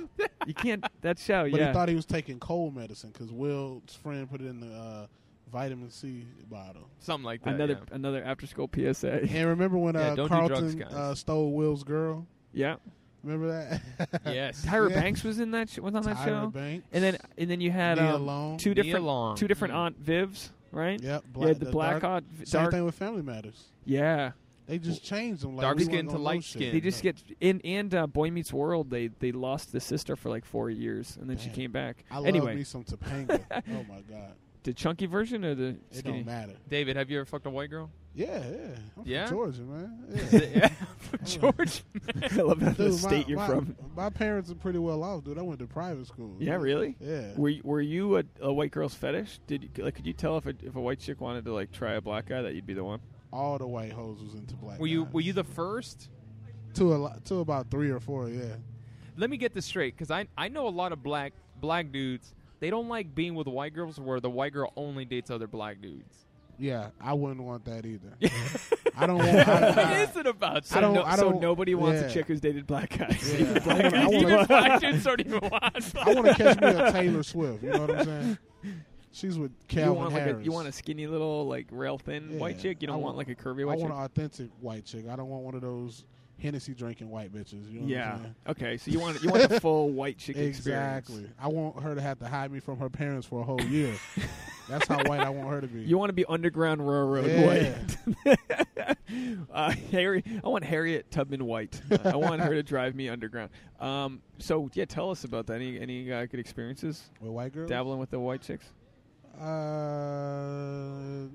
S1: you can't. That's how.
S3: but
S1: yeah.
S3: he thought he was taking cold medicine because Will's friend put it in the uh, vitamin C bottle.
S2: Something like that.
S1: another another after school PSA.
S3: And remember when
S2: Yeah,
S3: uh,
S2: don't do drugs,
S3: Carlton
S2: guys.
S3: uh, stole Will's girl?
S1: yeah.
S3: Remember that?
S2: yeah. Yes.
S1: Tyra
S3: Yeah.
S1: Banks was in that sh- was on that
S3: Tyra
S1: show.
S3: Banks.
S1: And then and then you had
S3: Nia
S1: um,
S3: Long.
S1: two
S2: Nia
S1: different
S2: Long. Mm-hmm.
S1: two different
S2: Yeah.
S1: Aunt Vivs, right?
S3: Yep.
S1: You had the, black
S3: dark,
S1: Aunt
S3: Same
S1: dark.
S3: thing with Family Matters.
S1: Yeah.
S3: They just changed them. Like,
S2: Dark
S3: we weren't
S2: skin to
S3: gonna know
S2: light
S3: shit.
S2: skin.
S1: They just get in and uh, Boy Meets World. They they lost the sister for like four years, and then she
S3: Damn.
S1: came back.
S3: I love
S1: anyway,
S3: me some Topanga. oh my god,
S1: the chunky version or the
S3: it
S1: skinny?
S3: don't matter.
S2: David, have you ever fucked a white girl?
S3: Yeah, yeah. I'm
S2: Yeah?
S3: from Georgia, man. Yeah.
S2: yeah. George.
S1: I love that the
S3: Dude,
S1: state you're
S3: my,
S1: from.
S3: My parents are pretty well off, dude. I went to private school.
S1: Yeah, really.
S3: Yeah.
S1: Were you, were you a, a white girl's fetish? Did you, like could you tell if a, if a white chick wanted to like try a black guy that you'd be the one?
S3: All the white hoes was into black.
S2: Were you
S3: guys.
S2: were you the first?
S3: to a lot, to about three or four? Yeah.
S2: Let me get this straight, because I I know a lot of black black dudes. They don't like being with white girls where the white girl only dates other black dudes.
S3: Yeah, I wouldn't want that either. I don't want. I, I,
S2: what is it about?
S1: So
S3: I don't-
S1: no-
S3: I
S1: so
S3: don't-
S1: nobody wants a
S3: yeah.
S1: chick who's dated black guys.
S3: Yeah.
S1: Black
S3: I
S1: guys.
S3: wanna-
S2: Even black dudes don't even want.
S3: I want to catch me a Taylor Swift. You know what I'm saying? She's with
S1: You
S3: Calvin
S1: want like
S3: Harris.
S1: a, you want a skinny little like rail thin
S3: Yeah.
S1: white chick. You don't
S3: I
S1: want
S3: want-
S1: like a curvy
S3: I
S1: white chick.
S3: want an authentic white chick. I don't want one of those Hennessy drinking white bitches. You know
S1: yeah.
S3: what I'm
S1: Okay. So you want you want the full white chick
S3: saying?
S1: experience.
S3: Exactly. I want her to have to hide me from her parents for a whole year. That's how white I want her to be.
S1: You want to be underground railroad white. uh, Harry, I want Harriet Tubman White. I want her to drive me underground. Um, so yeah, tell us about that. Any any uh, good experiences
S3: with white girls?
S1: dabbling with the white chicks?
S3: Uh, mm,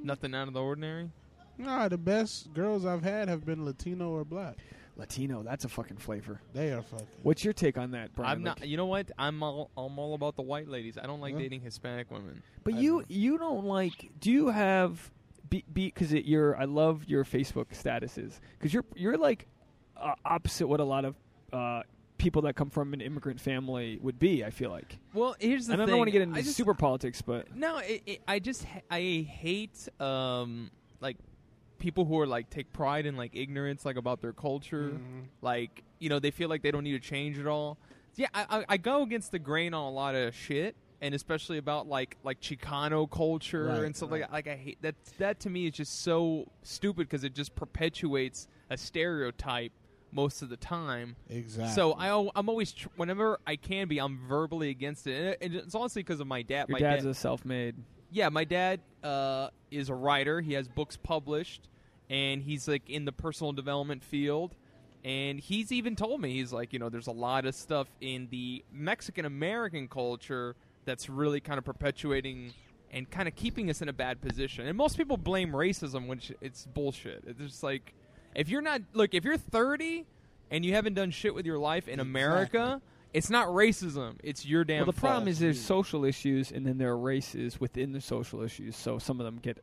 S2: Nothing out of the ordinary.
S3: Nah, the best girls I've had have been Latino or black.
S1: Latino, that's a fucking flavor.
S3: They are fucking.
S1: What's your take on that, Brian?
S2: I'm
S1: Like-
S2: not. You know what? I'm all. I'm all about the white ladies. I don't like
S3: Yeah.
S2: dating Hispanic women.
S1: But
S3: I
S1: you
S3: don't.
S1: you don't like. Do you have be because it your I love your Facebook statuses because you're you're like uh, opposite what a lot of uh, people that come from an immigrant family would be. I feel like.
S2: Well, here's the
S1: And I
S2: thing.
S1: don't want to get into
S2: I just-
S1: super politics, but
S2: No, it, it, I just ha- I hate um like people who are like take pride in like ignorance like about their culture.
S3: Mhm.
S2: Like you know they feel like they don't need to change at all. Yeah, I, I, I go against the grain on a lot of shit, and especially about like like Chicano culture
S3: Right,
S2: and stuff
S3: right.
S2: like that. Like I hate that. That to me is just so stupid because it just perpetuates a stereotype most of the time.
S3: Exactly.
S2: So I, al- I'm always, tr- whenever I can be, I'm verbally against it, and, it- and it's honestly because of my dad.
S1: your
S2: my
S1: dad's
S2: dad,
S1: a self-made.
S2: yeah, my dad uh, is a writer. He has books published, and he's like in the personal development field. And he's even told me he's like, you know, there's a lot of stuff in the Mexican American culture that's really kind of perpetuating and kind of keeping us in a bad position. And most people blame racism, which it's bullshit. It's just like, if you're not look, if you're 30 and you haven't done shit with your life in America, it's not racism. It's your damn.
S1: Well, the
S2: fault.
S1: problem is there's social issues, and then there are races within the social issues. So some of them get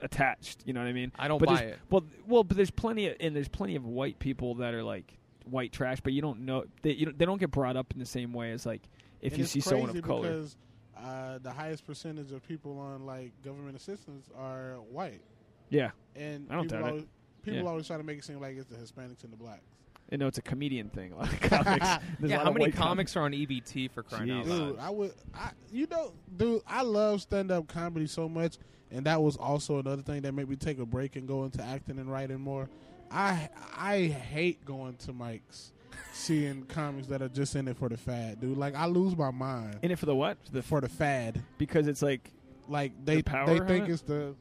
S1: attached. You know what I mean?
S2: I don't
S1: but
S2: buy
S1: there's-
S2: it.
S1: Well, well, but there's plenty of and there's plenty of white people that are like white trash, but you don't know they you don't, they don't get brought up in the same way as like if
S3: And
S1: you
S3: it's
S1: see someone of
S3: crazy
S1: color.
S3: Because uh, the highest percentage of people on like government assistance are white,
S1: Yeah,
S3: and
S1: I don't
S3: people
S1: doubt it.
S3: always, people
S1: Yeah.
S3: always try to make it seem like it's the Hispanics and the blacks.
S1: I know it's a comedian thing. A lot of comics. There's a
S2: yeah,
S1: lot
S2: how
S1: of
S2: many
S1: white
S2: comics are on EBT for crying out
S1: Jeez.
S2: loud?
S3: Dude, I would, I you know, dude, I love stand up comedy so much, and that was also another thing that made me take a break and go into acting and writing more. I I hate going to mics, seeing comics that are just in it for the fad, dude. Like I lose my mind
S1: in it for the what? The f-
S3: for the fad.
S1: because it's like
S3: Like they
S1: The power
S3: they
S1: of
S3: think
S1: it?
S3: it's the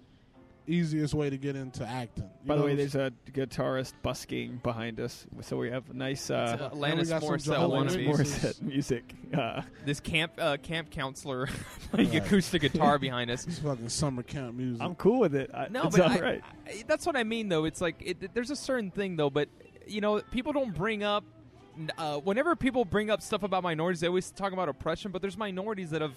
S3: easiest way to get into acting. You
S1: By the
S3: know
S1: way,
S3: what I'm
S1: there's a guitarist busking behind us, so we have nice
S2: It's,
S1: uh,
S2: uh, Alanis
S3: got some
S2: Morissette,
S3: Jehovah's
S2: one of
S1: Alanis
S2: these.
S3: Witnesses.
S1: Morissette music. Uh,
S2: This camp uh, camp counselor playing
S3: Right.
S2: acoustic guitar behind us.
S3: It's fucking summer camp music.
S1: I'm cool with it. I,
S2: No,
S1: it's
S2: but
S1: all
S2: I-
S1: right.
S2: I- that's what I mean, though. It's like it, there's a certain thing, though. But you know, people don't bring up. Uh, whenever people bring up stuff about minorities, they always talk about oppression. But there's minorities that have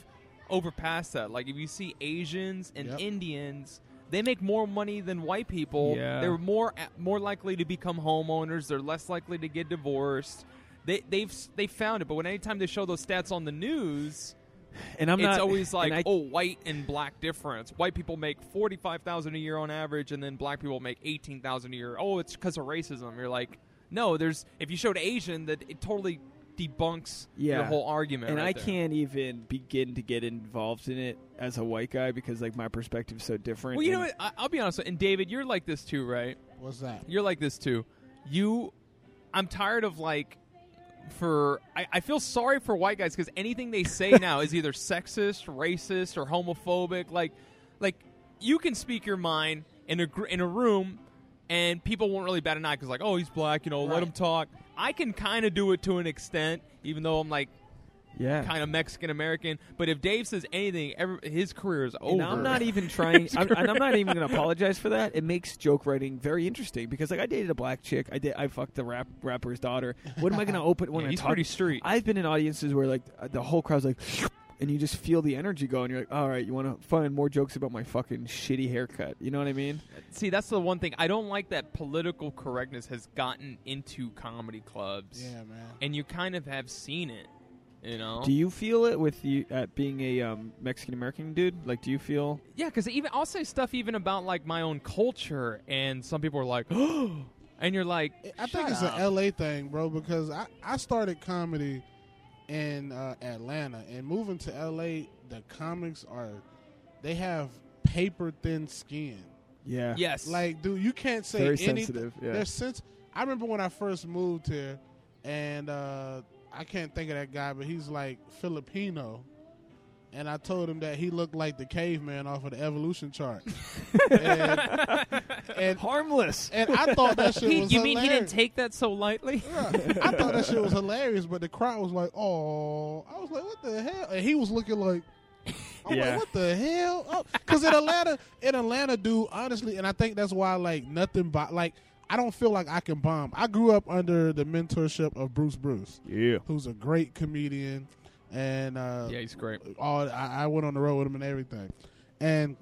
S2: overpassed that. Like if you see Asians and
S3: Yep.
S2: Indians, They make more money than white people.
S1: Yeah.
S2: They're more a- more likely to become homeowners. They're less likely to get divorced. They they've s- they found it, but when anytime they show those stats on the news,
S1: And I'm
S2: it's
S1: not
S2: always like
S1: and I-
S2: oh, white and black difference. White people make forty five thousand a year on average, and then black people make eighteen thousand a year. Oh, it's because of racism. You're like, no, there's if you showed Asian, that it totally debunks your
S1: Yeah.
S2: whole argument.
S1: and
S2: right
S1: I
S2: there.
S1: can't even begin to get involved in it as a white guy because like my perspective's so different.
S2: Well, you know
S1: and-
S2: what? I- I'll be honest. with- And David, you're like this too, right?
S3: What's that?
S2: You're like this too. You, I'm tired of like, for I, I feel sorry for white guys because anything they say now is either sexist, racist, or homophobic. Like, like you can speak your mind in a gr- in a room, and people won't really bat an eye because like, oh, he's black, you know, let
S3: Right.
S2: him talk. I can kind of do it to an extent, even though I'm like
S1: yeah.
S2: kind of Mexican American. But if Dave says anything, every, his career is over.
S1: and I'm not even trying. I'm, and I'm not even going to apologize for that. It makes joke writing very interesting because, like, I dated a black chick. I did. I fucked the rap rapper's daughter. What am I going to open when
S2: Yeah,
S1: I
S2: he's
S1: talk?
S2: pretty street.
S1: I've been in audiences where like uh, the whole crowd's like, and you just feel the energy go, and you're like, all right, you want to find more jokes about my fucking shitty haircut? You know what I mean?
S2: See, that's the one thing I don't like that political correctness has gotten into comedy clubs.
S3: Yeah, man.
S2: And you kind of have seen it, you know?
S1: Do you feel it with you at being a um, Mexican American dude? Like, do you feel?
S2: yeah, because even I'll say stuff even about like my own culture, and some people are like, "Oh," and you're like,
S3: I think
S2: "Shut
S3: it's
S2: up."
S3: an LA thing, bro, because I, I started comedy in uh, Atlanta and moving to LA, the comics are they have paper thin skin.
S1: Yeah.
S2: Yes,
S3: Like, dude, you can't say
S1: Very
S3: anything.
S1: sensitive. Yeah.
S3: There's since I remember when I first moved here, and uh, I can't think of that guy, but he's like Filipino. And I told him that he looked like the caveman off of the evolution chart. and, and
S1: Harmless.
S3: and I thought that shit
S2: He-
S3: was
S2: you mean he didn't
S3: hilarious.
S2: take that so lightly?
S3: Yeah. I thought that shit was hilarious, but the crowd was like, "Oh!" I was like, "What the hell?" And he was looking like, "I'm
S1: Yeah.
S3: like, what the hell?" Because in Atlanta, in Atlanta, dude, honestly, and I think that's why like nothing but like I don't feel like I can bomb. I grew up under the mentorship of Bruce Bruce,
S1: Yeah.
S3: who's a great comedian, and uh,
S2: yeah, he's great.
S3: all I, I went on the road with him and everything. And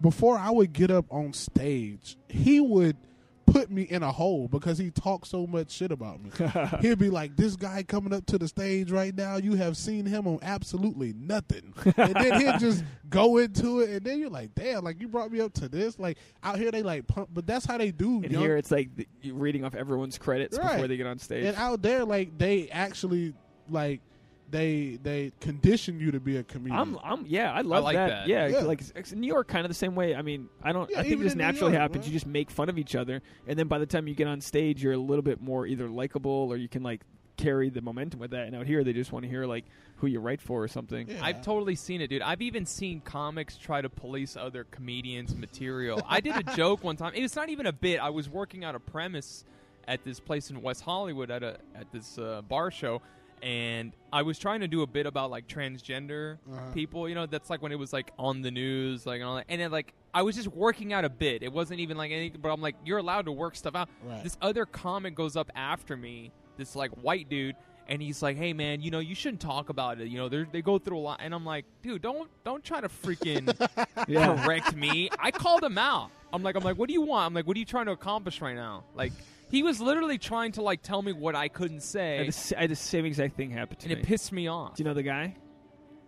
S3: before I would get up on stage, he would put me in a hole because he talked so much shit about me. He'd be like, "This guy coming up to the stage right now, you have seen him on absolutely nothing," and then he'd just go into it, and then you're like, "Damn, like you brought me up to this." Like out here, they like pump, but that's how they do.
S1: And
S3: young-
S1: here it's like the, you reading off everyone's credits
S3: Right.
S1: before they get on stage.
S3: and out there, like they actually like they they condition you to be a comedian.
S1: I'm, I'm, yeah, I love
S2: like
S1: that.
S2: that.
S1: Yeah,
S3: Yeah.
S1: like it's- New York, kind of the same way. I mean, I don't.
S3: Yeah,
S1: I think
S3: even
S1: this
S3: in New
S1: naturally
S3: York,
S1: happens.
S3: right?
S1: You just make fun of each other, and then by the time you get on stage, you're a little bit more either likable or you can like carry the momentum with that. And out here, they just want to hear like who you write for or something.
S3: Yeah.
S2: I've totally seen it, dude. I've even seen comics try to police other comedians' material. I did a joke one time. It's not even a bit. I was working out a premise at this place in West Hollywood at a at this uh, bar show, and I was trying to do a bit about like transgender
S3: Uh-huh.
S2: people. You know, that's like when it was like on the news, like and all that. And then like I was just working out a bit. It wasn't even like anything. But I'm like, you're allowed to work stuff out.
S3: Right.
S2: Uh, This other comic goes up after me, this like white dude, and he's like, "Hey man, you know you shouldn't talk about it. You know they they go through a lot." And I'm like, "Dude, don't don't try to freaking
S1: Yeah.
S2: correct me." I called him out. I'm like, I'm like, "What do you want?" I'm like, "What are you trying to accomplish right now?" Like he was literally trying to like tell me what I couldn't
S1: I
S2: say,
S1: had, the, s- I had the same exact thing happen to
S2: and
S1: me.
S2: it pissed me off.
S1: Do you know the guy?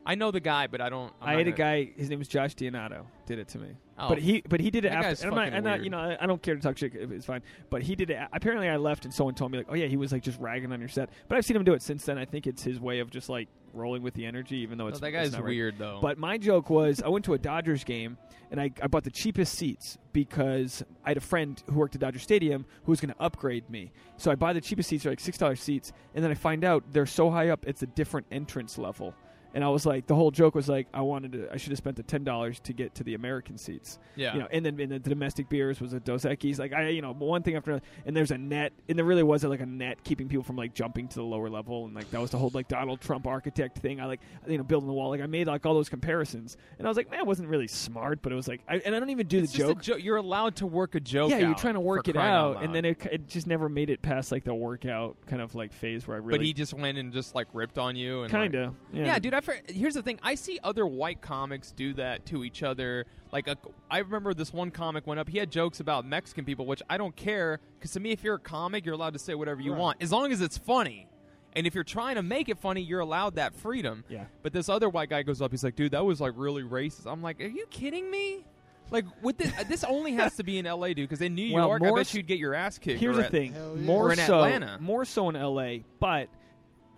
S2: I know the guy, but I don't. I'm
S1: i
S2: not
S1: had a
S2: gonna-
S1: guy. His name was Josh Dionato. Did it to me.
S2: Oh.
S1: But he, but he did it
S2: That guy's
S1: after. And I'm
S2: fucking
S1: not, I'm not,
S2: weird.
S1: you know, I- I don't care to talk shit. It's fine. But he did it. a- Apparently, I left, and someone told me like, oh yeah, he was like just ragging on your set. But I've seen him do it since then. I think it's his way of just like rolling with the energy, even though
S2: No,
S1: it's
S2: that
S1: it's
S2: guy's
S1: not right.
S2: weird though.
S1: But my joke was I went to a Dodgers game and I, I bought the cheapest seats because I had a friend who worked at Dodger Stadium who was going to upgrade me. So I buy the cheapest seats, they're like $6 seats, and then I find out they're so high up, it's a different entrance level. And I was like, the whole joke was like, I wanted to, I should have spent the ten dollars to get to the American seats,
S2: yeah,
S1: you know. And then and the domestic beers was a Dos Equis, like I, you know, one thing after another. And there's a net, and there really was like a net keeping people from like jumping to the lower level, and like that was the whole like Donald Trump architect thing. I like, you know, building the wall. Like I made like all those comparisons, and I was like, man, it wasn't really smart, but it was like, I, and I don't even do
S2: it's
S1: the
S2: just
S1: joke.
S2: a jo- you're allowed to work a joke.
S1: yeah, you're
S2: out
S1: trying to
S2: for
S1: work it
S2: crying
S1: out, and
S2: loud.
S1: then it, it just never made it past like the workout kind of like phase where I really
S2: but he just went and just like ripped on you and like-
S1: kind of
S2: yeah. dude i've for, here's the thing. I see other white comics do that to each other. Like, a, I remember this one comic went up. He had jokes about Mexican people, which I don't care because to me, if you're a comic, you're allowed to say whatever you
S3: Right.
S2: want as long as it's funny. And if you're trying to make it funny, you're allowed that freedom.
S1: Yeah.
S2: But this other white guy goes up. He's like, "Dude, that was like really racist." I'm like, "Are you kidding me?" Like, with this, this only has to be in L.A., dude. Because in New
S1: Well,
S2: York, I
S1: more
S2: bet
S1: s-
S2: you'd get your ass kicked.
S1: Here's
S2: or
S1: the
S2: at-
S1: thing:
S3: Hell yeah.
S1: more
S2: Or in
S1: so,
S2: Atlanta.
S1: more so in L.A. But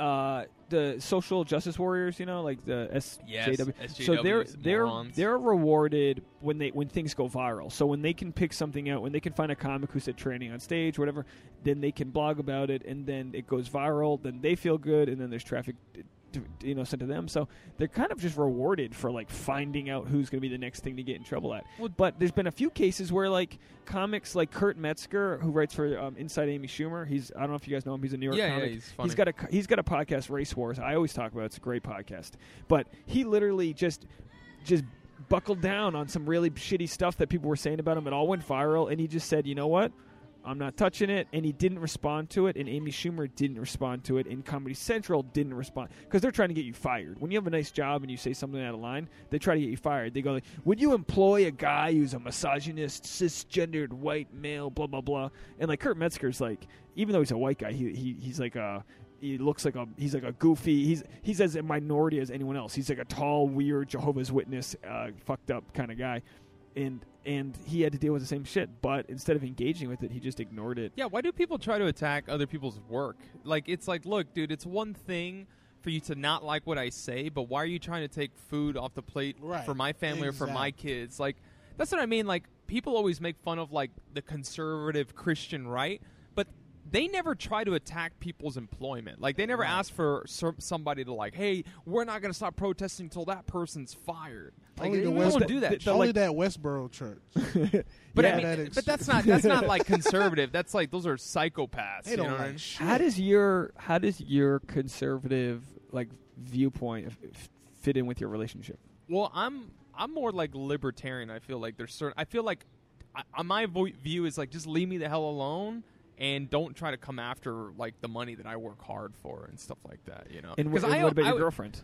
S1: uh, the social justice warriors, you know, like the SJW.
S2: Yes,
S1: so they're
S2: SJWs,
S1: they're
S2: morons.
S1: they're rewarded when they when things go viral. So when they can pick something out, when they can find a comic who said training on stage, whatever, then they can blog about it, and then it goes viral. Then they feel good, and then there's traffic. To, you know, sent to them, so they're kind of just rewarded for like finding out who's going to be the next thing to get in trouble at.
S2: Well,
S1: But there's been a few cases where like comics like Kurt Metzger, who writes for um, Inside Amy Schumer, he's I don't know if you guys know him. He's a New York
S2: Yeah, yeah,
S1: comic.
S2: he's funny.
S1: he's got a he's got a podcast, Race Wars. I always talk about it. it's a great podcast. But he literally just just buckled down on some really shitty stuff that people were saying about him. It all went viral, and he just said, you know what? I'm not touching it, and he didn't respond to it, and Amy Schumer didn't respond to it, and Comedy Central didn't respond because they're trying to get you fired. When you have a nice job and you say something out of line, they try to get you fired. They go like, "Would you employ a guy who's a misogynist, cisgendered white male, blah blah blah?" And like Kurt Metzger's like, even though he's a white guy, he, he he's like a he looks like a he's like a goofy he's he's as a minority as anyone else. He's like a tall, weird Jehovah's Witness, uh, fucked up kind of guy, and and he had to deal with the same shit. But instead of engaging with it, he just ignored it.
S2: Yeah, why do people try to attack other people's work? Like, it's like, look, dude, it's one thing for you to not like what I say, but why are you trying to take food off the plate
S3: Right,
S2: for my family or for my
S3: exact.
S2: kids? Like, that's what I mean. Like, people always make fun of, like, the conservative Christian right, but they never try to attack people's employment. Like, they never ask for ser- somebody to, like, hey, we're not going to stop protesting until that person's fired. Like,
S3: Only
S2: they
S3: the
S2: don't
S3: West-
S2: do that.
S1: the-
S2: shit.
S3: Only
S1: like-
S3: that Westboro church.
S2: but,
S3: yeah,
S2: I mean,
S3: that is-
S2: but that's not that's not like conservative. That's like those are psychopaths.
S3: They
S2: you know
S3: don't
S2: what I
S3: like
S2: mean?
S3: shit.
S1: How does your how does your conservative like viewpoint f- f- fit in with your relationship?
S2: Well, I'm I'm more like libertarian. I feel like there's certain. I feel like I, I- my vo- view is like just leave me the hell alone and don't try to come after like the money that I work hard for and stuff like that. You know,
S1: And, wh-
S2: Uh, 'Cause
S1: and
S2: I-
S1: what about
S2: I-
S1: your girlfriend?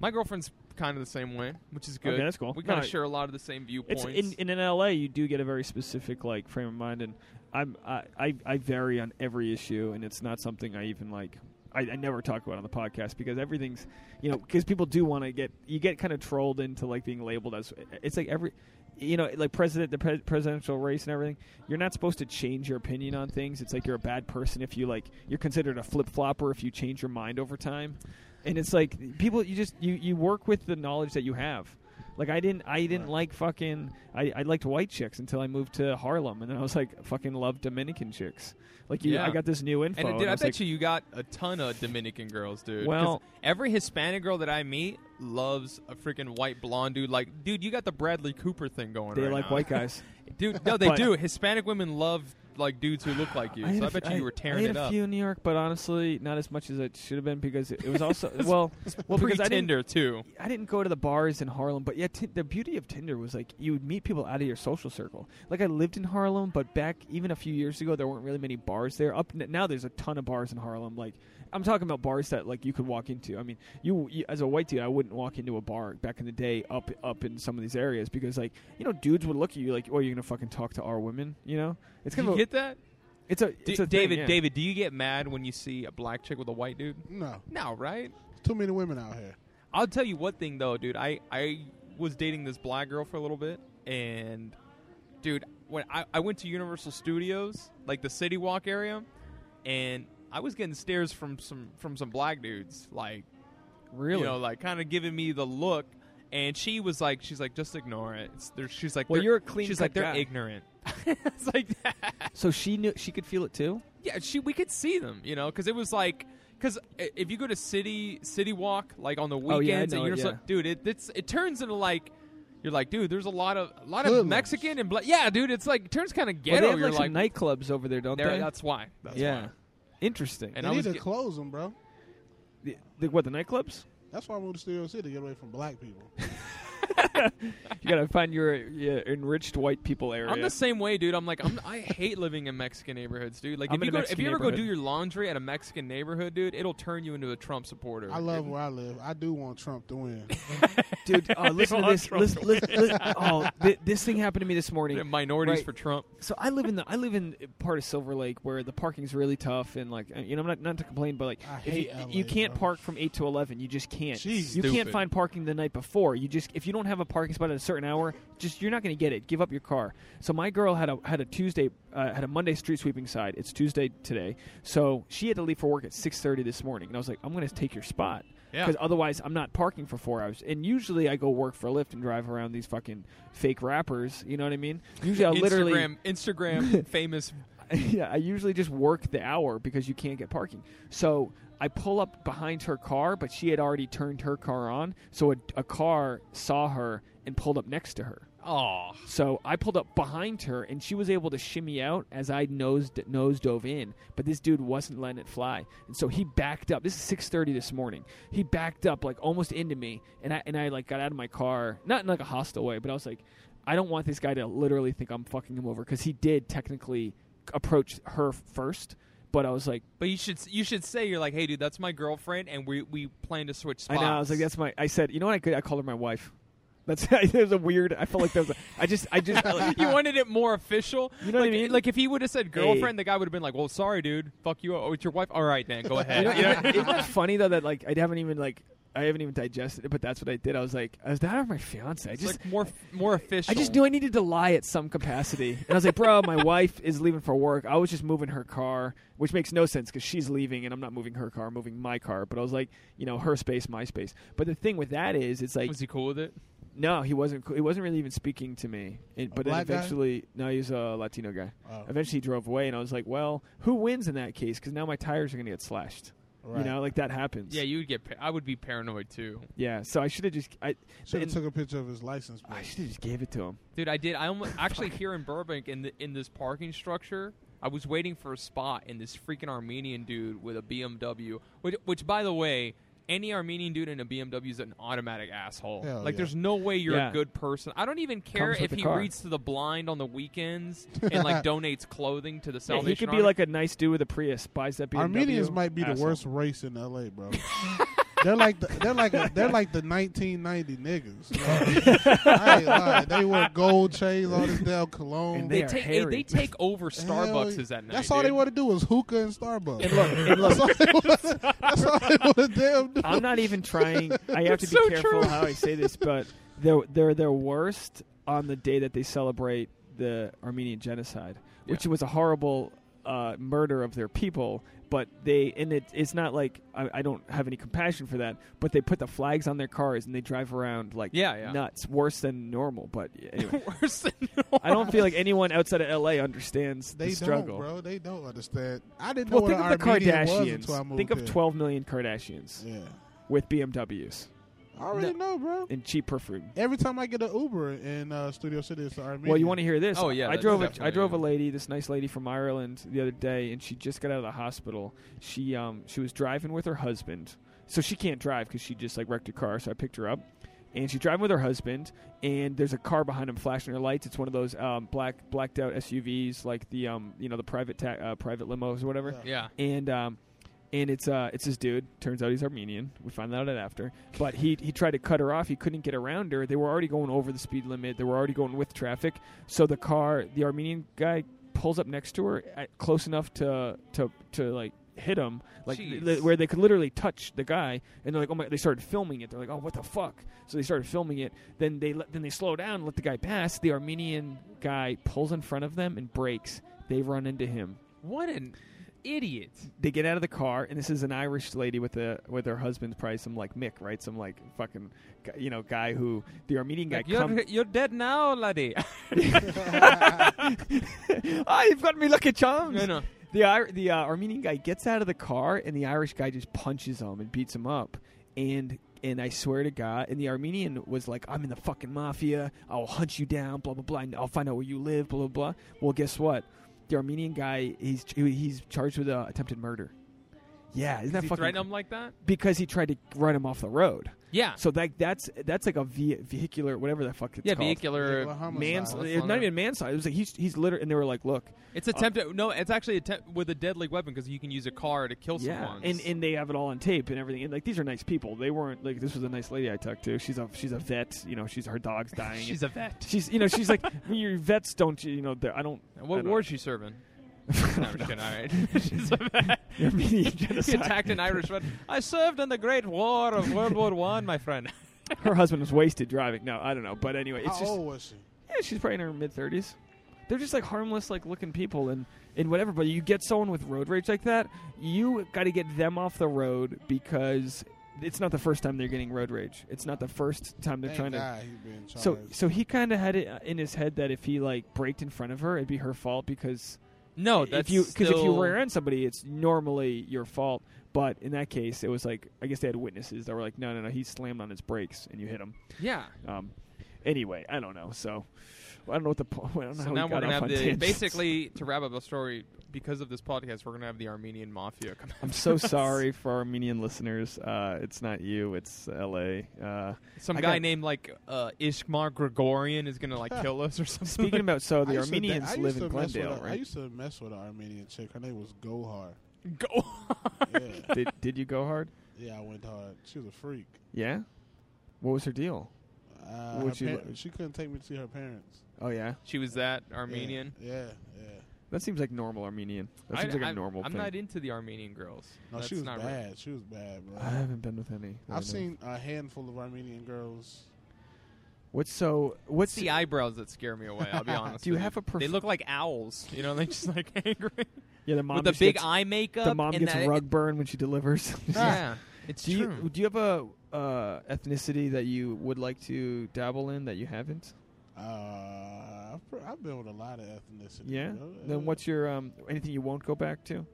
S2: My girlfriend's kind of the same way, which is good.
S1: Okay, that's cool.
S2: We kind
S1: No,
S2: of share a lot of the same viewpoints.
S1: It's in, in in LA, you do get a very specific like frame of mind, and I'm I I, I vary on every issue, and it's not something I even like. I, I never talk about on the podcast because everything's you know because people do want to get you get kind of trolled into like being labeled as it's like every you know like president the pre- presidential race and everything you're not supposed to change your opinion on things it's like you're a bad person if you like you're considered a flip-flopper if you change your mind over time and it's like people you just you you work with the knowledge that you have like I didn't, I didn't
S3: Right.
S1: like fucking. I, I liked white chicks until I moved to Harlem, and then I was like, fucking love Dominican chicks. Like, you,
S2: Yeah.
S1: I got this new info.
S2: and dude,
S1: and
S2: I,
S1: was
S2: bet
S1: like,
S2: you you got a ton of Dominican girls, dude. 'Cause
S1: Well-
S2: every Hispanic girl that I meet loves a freaking white blonde dude. Like, dude, you got the Bradley Cooper thing going.
S1: they
S2: right
S1: like
S2: now.
S1: white guys.
S2: Dude, no, they
S1: But-
S2: do. Hispanic women love like dudes who look like you.
S1: had
S2: so
S1: a
S2: I bet
S1: f-
S2: you you were
S1: I
S2: tearing
S1: had
S2: it
S1: a
S2: up.
S1: few in New York, but honestly, not as much as it should have been because it, it was also well, well because I didn't,
S2: Pre-Tinder too.
S1: I didn't go to the bars in Harlem, but yeah, t- the beauty of Tinder was like you would meet people out of your social circle. Like I lived in Harlem, but back even a few years ago, there weren't really many bars there. Up n- now, there's a ton of bars in Harlem. Like I'm talking about bars that like you could walk into. I mean, you, you as a white dude, I wouldn't walk into a bar back in the day up up in some of these areas because like you know dudes would look at you like, oh, you're gonna fucking talk to our women, you know? It's
S2: Did
S1: kind
S2: you
S1: of a,
S2: get that?
S1: it's a
S2: D-
S1: it's a thing,
S2: David,
S1: yeah.
S2: David, do you get mad when you see a black chick with a white dude?
S3: No,
S2: No, right?
S3: too many women out here.
S2: I'll tell you one thing though, dude. I I was dating this black girl for a little bit, and dude, when I, I went to Universal Studios, like the City Walk area, and I was getting stares from some from some black dudes, like
S1: really.
S2: you know, like kind of giving me the look. And she was like, she's like, just ignore it. It's, they're- she's like,
S1: Well,
S2: they're-
S1: you're a clean
S2: She's
S1: cut
S2: like, they're
S1: guy.
S2: ignorant. it's like,
S1: so she knew she could feel it too.
S2: yeah, she we could see them, you know, because it was like, because if you go to city city walk like on the
S1: Oh, yeah, I
S2: weekends, and
S1: know it,
S2: you're just
S1: yeah.
S2: like, dude, it it's, it turns into like. You're like, dude. There's a lot of a lot of
S3: Hoodlums.
S2: Mexican and black. Yeah, dude. It's like it turns kind of
S1: Well,
S2: ghetto.
S1: they have
S2: you're
S1: like, some
S2: like,
S1: nightclubs over there, don't
S2: there-
S1: they?
S2: that's why. That's
S1: yeah,
S2: why.
S1: interesting.
S2: And
S3: they
S2: I
S3: need
S2: was
S3: to
S2: get-
S3: close them, bro.
S1: The, the, what the nightclubs?
S3: That's why I moved to Studio City to get away from black people.
S1: you gotta find your yeah, enriched white people area.
S2: I'm the same way, dude. I'm like, I'm, I hate living in Mexican neighborhoods, dude. Like,
S1: I'm
S2: if
S1: in
S2: you,
S1: a
S2: go, if
S1: Mexican
S2: you ever go do
S1: neighborhood.
S2: your laundry at a Mexican neighborhood, dude, it'll turn you into a Trump supporter.
S3: I love where I live. I do want Trump to win.
S1: Dude, uh, listen to
S2: want
S1: this.
S2: Trump
S1: Listen, listen, listen- oh, thi- this thing happened to me this morning.
S2: minorities
S1: Right.
S2: for Trump.
S1: so I live in the I live in part of Silver Lake where the parking's really tough and like uh, you know I'm not not to complain but like
S3: I
S1: if
S3: hate
S1: you,
S3: LA,
S1: you can't
S3: bro.
S1: park from eight to eleven you just can't
S3: Jeez,
S1: you can't
S2: stupid.
S1: find parking the night before you just if you don't have a parking spot at a certain hour just you're not going to get it give up your car so my girl had a had a Tuesday uh, had a Monday street sweeping side it's Tuesday today so she had to leave for work at six thirty this morning and I was like I'm going to take your spot
S2: Yeah.
S1: because otherwise I'm not parking for four hours. And usually I go work for Lyft and drive around these fucking fake rappers. You know what I mean? Usually I
S2: Instagram,
S1: literally
S2: Instagram famous.
S1: yeah, I usually just work the hour because you can't get parking. So I pull up behind her car, but she had already turned her car on. So a, a car saw her and pulled up next to her.
S2: Oh,
S1: So I pulled up behind her, and she was able to shimmy out as I nose nose dove in. But this dude wasn't letting it fly, and so he backed up. This is six thirty this morning. He backed up like almost into me, and I and I like got out of my car, not in like a hostile way, but I was like, I don't want this guy to literally think I'm fucking him over because he did technically approach her first. But I was like,
S2: but you should you should say you're like, hey, dude, that's my girlfriend, and we we plan to switch
S1: I
S2: spots.
S1: know. I was like, that's my. I said, you know what? I could. I called her my wife. That's. It was a weird. I felt like that was. A, I just. I just.
S2: you wanted it more official.
S1: You know what
S2: like,
S1: I mean?
S2: Like if he would have said girlfriend, the guy would have been like, "Well, sorry, dude. Fuck you. Oh, it's your wife. All right, then go ahead."
S1: You know,
S2: You know?
S1: isn't, that- isn't that funny though that like I haven't even like I haven't even digested it, but that's what I did. I was like, I was that or my fiance? I
S2: It's
S1: just
S2: like more f- more official.
S1: I just knew I needed to lie at some capacity, and I was like, bro, my wife is leaving for work. I was just moving her car, which makes no sense because she's leaving, and I'm not moving her car, I'm moving my car. But I was like, you know, her space, my space. But the thing with that is, it's like,
S2: Was he cool with it?
S1: no, he wasn't. cool. He wasn't really even speaking to me. And, but then
S3: black guy?
S1: eventually, no, he's a Latino guy.
S3: Oh,
S1: Eventually, he drove away, and I was like, well, who wins in that case? Because now my tires are going to get slashed.
S3: right.
S1: You know, like that happens.
S2: Yeah, you would get. Pa- I would be paranoid too,
S1: Yeah, so I should have just I
S3: Should have
S1: and-
S3: took a picture of his license
S1: I
S3: plate.
S1: should have just gave it to him.
S2: dude. I did. I almost, actually here in Burbank in the in this parking structure. I was waiting for a spot, and this freaking Armenian dude with a BMW, which, which by the way, any Armenian dude in a BMW is an automatic asshole.
S3: Hell
S2: like,
S3: yeah.
S2: there's no way you're
S1: Yeah.
S2: a good person. I don't even care
S1: Comes with
S2: if
S1: the
S2: he
S1: car.
S2: reads to the blind on the weekends and like donates clothing to the
S1: Yeah,
S2: Salvation
S1: he could be
S2: Army.
S1: like a nice dude with a Prius, buys that BMW.
S3: Armenians might be the
S1: asshole.
S3: worst race in L.A., bro. they're like the, they're like a, they're like the 1990 niggas. bro. I ain't lying. They wear gold chains, all this damn cologne.
S1: And
S2: They,
S1: They are
S2: take they,
S1: hairy.
S2: they take over
S3: Hell
S2: Starbucks
S3: yeah.
S2: is that night.
S3: That's all they
S2: dude.
S3: want to do is hookah and Starbucks.
S1: And look, and
S3: that's
S1: look,
S3: all they wanna- that's all they want to damn do.
S1: I'm not even trying. I have to
S2: It's
S1: be
S2: so
S1: careful
S2: true.
S1: how I say this, but they're they're their worst on the day that they celebrate the Armenian genocide, which was a horrible uh, murder of their people. But they and it, it's not like I, I don't have any compassion for that. But they put the flags on their cars and they drive around like
S2: Yeah, yeah.
S1: nuts, worse than normal. But anyway,
S2: Worse than
S1: I don't feel like anyone outside of LA understands
S3: They
S1: the struggle.
S3: don't, bro. They don't understand. I didn't know
S1: Well, think
S3: what
S1: of the
S3: an Armenian was until I
S1: Kardashians.
S3: moved
S1: Think of
S3: here.
S1: 12 million Kardashians
S3: Yeah,
S1: with BMWs
S3: I already know, bro.
S1: and cheap perfume.
S3: Every time I get an Uber in uh, Studio City, it's an Armenian.
S1: Well, you want to hear this?
S2: Oh, yeah,
S1: I
S2: that's
S1: drove a, I
S2: definitely-
S1: drove a lady, this nice lady from Ireland, the other day, and she just got out of the hospital. She um she was driving with her husband, so she can't drive because she just like wrecked her car. So I picked her up, and she's driving with her husband, and there's a car behind him flashing her lights. It's one of those um black blacked out SUVs, like the um you know the private ta- uh, private limos or whatever.
S2: yeah.
S1: and um, and it's uh, it's this dude. Turns out he's Armenian. We find that out after. But he he tried to cut her off. He couldn't get around her. They were already going over the speed limit. They were already going with traffic. So the car, the Armenian guy, pulls up next to her, at, close enough to to to like hit him, like
S2: Jeez.
S1: li- where they could literally touch the guy. And they're like, oh my! They started filming it. They're like, oh, what the fuck? So they started filming it. Then they let, then they slow down, let the guy pass. The Armenian guy pulls in front of them and brakes. They run into him
S2: What an idiot.
S1: they get out of the car, and this is an Irish lady with a with her husband, probably some like Mick, right? Some like fucking, gu- you know, guy who the Armenian guy.
S2: Like, you're,
S1: come-
S2: you're dead now, laddie.
S1: Ah, you've got me lucky charms.
S2: no, no.
S1: The Ir- the uh, Armenian guy gets out of the car, and the Irish guy just punches him and beats him up, and. And I swear to God, and the Armenian was like, "I'm in the fucking mafia. I'll hunt you down. Blah blah blah. And I'll find out where you live. Blah blah blah." Well, guess what? The Armenian guy, he's he's charged with uh, attempted murder. Yeah, isn't that
S2: Is he
S1: fucking
S2: threaten him like that?
S1: because he tried to run him off the road.
S2: Yeah.
S1: So that that's that's like a ve- vehicular whatever the fuck it's
S2: yeah,
S1: called.
S2: vehicular.
S3: Vehicular homicide.
S1: Man's
S3: That's
S1: it's not even manslaughter. It was like he's he's literally and they were like, look,
S2: It's attempted. no, it's actually attempt with a deadly weapon because you can use a car to kill
S1: yeah,
S2: someone.
S1: and and they have it all on tape and everything. And like these are nice people. They weren't like this was a nice lady I talked to. She's a she's a vet. You know, she's her dog's dying.
S2: she's a vet.
S1: She's, you know, she's like your vets don't, you know, they're- I don't. I
S2: What
S1: don't-
S2: war is she serving? No, I'm just kidding. All right. She's a vet.
S1: Armenian
S2: She
S1: genocide.
S2: attacked an Irish vet. I served in the Great War of World War One, my friend.
S1: Her husband was wasted driving. No, I don't know. But anyway,
S2: Oh,
S1: it's
S3: How
S1: just
S3: old was she?
S1: yeah, she's probably in her mid thirties. They're just like harmless, like looking people and and whatever. But you get someone with road rage like that, you got to get them off the road because it's not the first time they're getting road rage. It's not the first time they're
S3: Thank
S1: trying to.
S3: God he been charged.
S1: So so he kind of had it uh, in his head that if he like braked in front of her, it'd be her fault because
S2: No, that's
S1: if you because if you
S2: still-
S1: rear end somebody, it's normally your fault. But in that case, it was like I guess they had witnesses that were like, no, no, no, he slammed on his brakes and you hit him.
S2: yeah.
S1: Um, anyway, I don't know. So I don't know what the po- I don't know
S2: So
S1: how
S2: now
S1: we
S2: we're
S1: got
S2: gonna
S1: off
S2: have
S1: on
S2: the
S1: tangents.
S2: basically to wrap up the story because of this podcast, we're gonna have the Armenian mafia come.
S1: I'm
S2: after
S1: so
S2: us.
S1: sorry for our Armenian listeners. Uh, it's not you. It's L.A. Uh,
S2: Some
S1: I
S2: guy
S1: got-
S2: named like uh, Ishmar Gregorian is gonna like kill us or something.
S1: speaking about so, the
S3: I used to da-
S1: Armenians
S3: I
S1: live
S3: used
S1: in
S3: to mess with
S1: Glendale,
S3: a- I
S1: right?
S3: used to mess with an Armenian chick. Her name was Gohar.
S2: go.
S3: Yeah,
S1: did, did you go hard?
S3: yeah, I went hard. She was a freak.
S1: Yeah. What was her deal?
S3: Uh,
S1: What
S3: her
S1: she
S3: par-
S1: like?
S3: she couldn't take me to see her parents.
S1: Oh yeah,
S2: She was that
S3: Yeah,
S2: Armenian.
S3: Yeah, yeah.
S1: that seems like normal Armenian. That
S2: I-
S1: seems like a
S2: I'm-
S1: normal
S2: I'm
S1: thing.
S2: not into the Armenian girls.
S3: No,
S2: That's
S3: she was
S2: not
S3: bad.
S2: right.
S3: She was bad, bro.
S1: I haven't been with any. that I know
S3: e-, I've
S1: of.
S3: seen a handful of Armenian girls.
S1: What's so? What's
S2: It's the eyebrows that scare me away. I'll be honest.
S1: Do you
S2: with
S1: have a perf-
S2: They look like owls. You know, they just like angry
S1: yeah? The mom
S2: with the
S1: just
S2: big
S1: gets,
S2: eye makeup.
S1: the mom
S2: and
S1: gets
S2: that-
S1: rug burn when she delivers.
S2: Yeah, it's
S1: do you
S2: true.
S1: do you have a uh, ethnicity that you would like to dabble in that you haven't?
S3: Uh, I've, pr- I've been with a lot of ethnicities.
S1: Yeah.
S3: bro. Uh,
S1: Then what's your um, anything you won't go back to?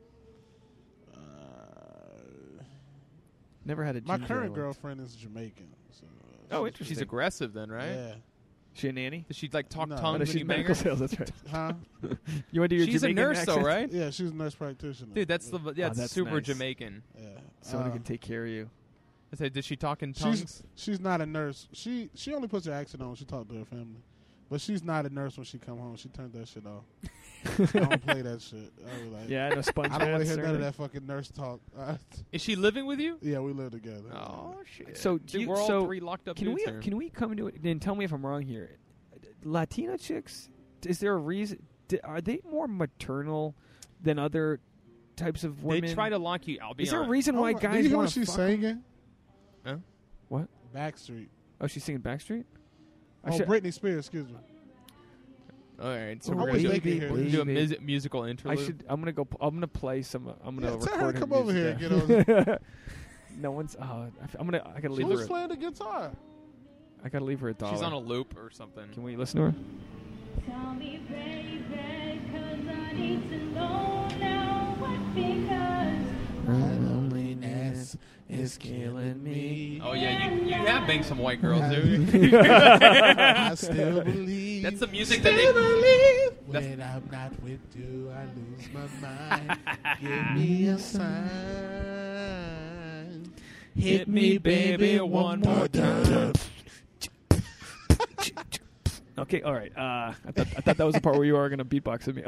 S3: Uh,
S1: Never had a
S3: my
S1: ginger I
S3: current
S1: liked.
S3: girlfriend is Jamaican. So uh,
S1: Oh,
S3: she's
S1: interesting.
S2: She's aggressive then,
S3: pretty-
S2: right?
S1: She a nanny?
S2: Does she like talk
S3: No.
S1: Oh,
S2: tongues
S1: no,
S2: when
S1: she's
S2: you bang
S1: medical
S2: her?
S1: sales. That's right.
S3: Yeah. Huh?
S1: You want to do your
S2: She's a
S1: Jamaican
S2: nurse
S1: accent?
S2: though, right?
S3: Yeah, she's a nurse practitioner.
S2: Dude, that's the yeah,
S1: Oh,
S2: it's
S1: that's
S2: super
S1: nice.
S2: Jamaican.
S3: Yeah.
S1: Someone who
S3: Uh,
S1: can take care of you.
S2: I said, does she talk in
S3: She's-
S2: tongues?
S3: She's not a nurse. She she only puts her accent on when she talks to her family. But she's not a nurse when she come home. She turned that shit off. I don't play that shit. I was like,
S1: Yeah, I know sponge
S3: I don't want
S1: hats
S3: to hear
S1: or
S3: none
S1: anything.
S3: of that fucking nurse talk. Uh,
S2: Is she living with you?
S3: yeah, we live together.
S2: Oh shit!
S1: So do
S2: Dude,
S1: you-
S2: we're all
S1: so
S2: three locked up.
S1: Can we
S2: dudes here.
S1: can we come to it? And tell me if I'm wrong here. Latina chicks, is there a reason? di- Are they more maternal than other types of women?
S2: They try to lock you. I'll be
S1: Is there a
S2: honest.
S1: reason
S3: Oh
S1: why
S3: my-
S1: guys
S3: Do you hear
S1: want
S3: what
S1: to
S3: she's
S1: fuck?
S3: singing?
S2: Huh?
S1: What?
S3: Backstreet.
S1: Oh, she's singing Backstreet. I
S3: Oh,
S1: should-
S3: Britney Spears. Excuse me.
S2: All right, so
S1: Oh,
S2: we're
S3: wait,
S2: gonna do,
S3: they can hear
S2: we're gonna do a
S1: this.
S2: mus- musical
S1: I
S2: interlude.
S1: should. I'm gonna go. p- I'm gonna play some. uh, I'm gonna
S3: Yeah,
S1: record
S3: tell her to come over
S1: music,
S3: here
S1: yeah.
S3: and get
S1: no one's. Oh, I f- I'm gonna. I gotta
S3: She
S1: leave
S3: was
S1: her.
S3: playing the guitar.
S1: a- I gotta leave her a dollar.
S2: She's on a loop or something.
S1: Can we listen to her?
S4: Tell me, baby, 'cause I need to know now what because
S3: loneliness is killing me.
S2: Oh yeah, you, you have banged some white girls, dude.
S3: I still believe.
S2: That's the music that
S3: still
S2: they-
S3: believe.
S2: That's-
S3: When I'm not with you, I lose my mind. Give me a sign.
S2: Hit me, baby, one more time.
S1: Okay, all right. Uh, I, thought, I thought that was the part where you are going to beatbox with me.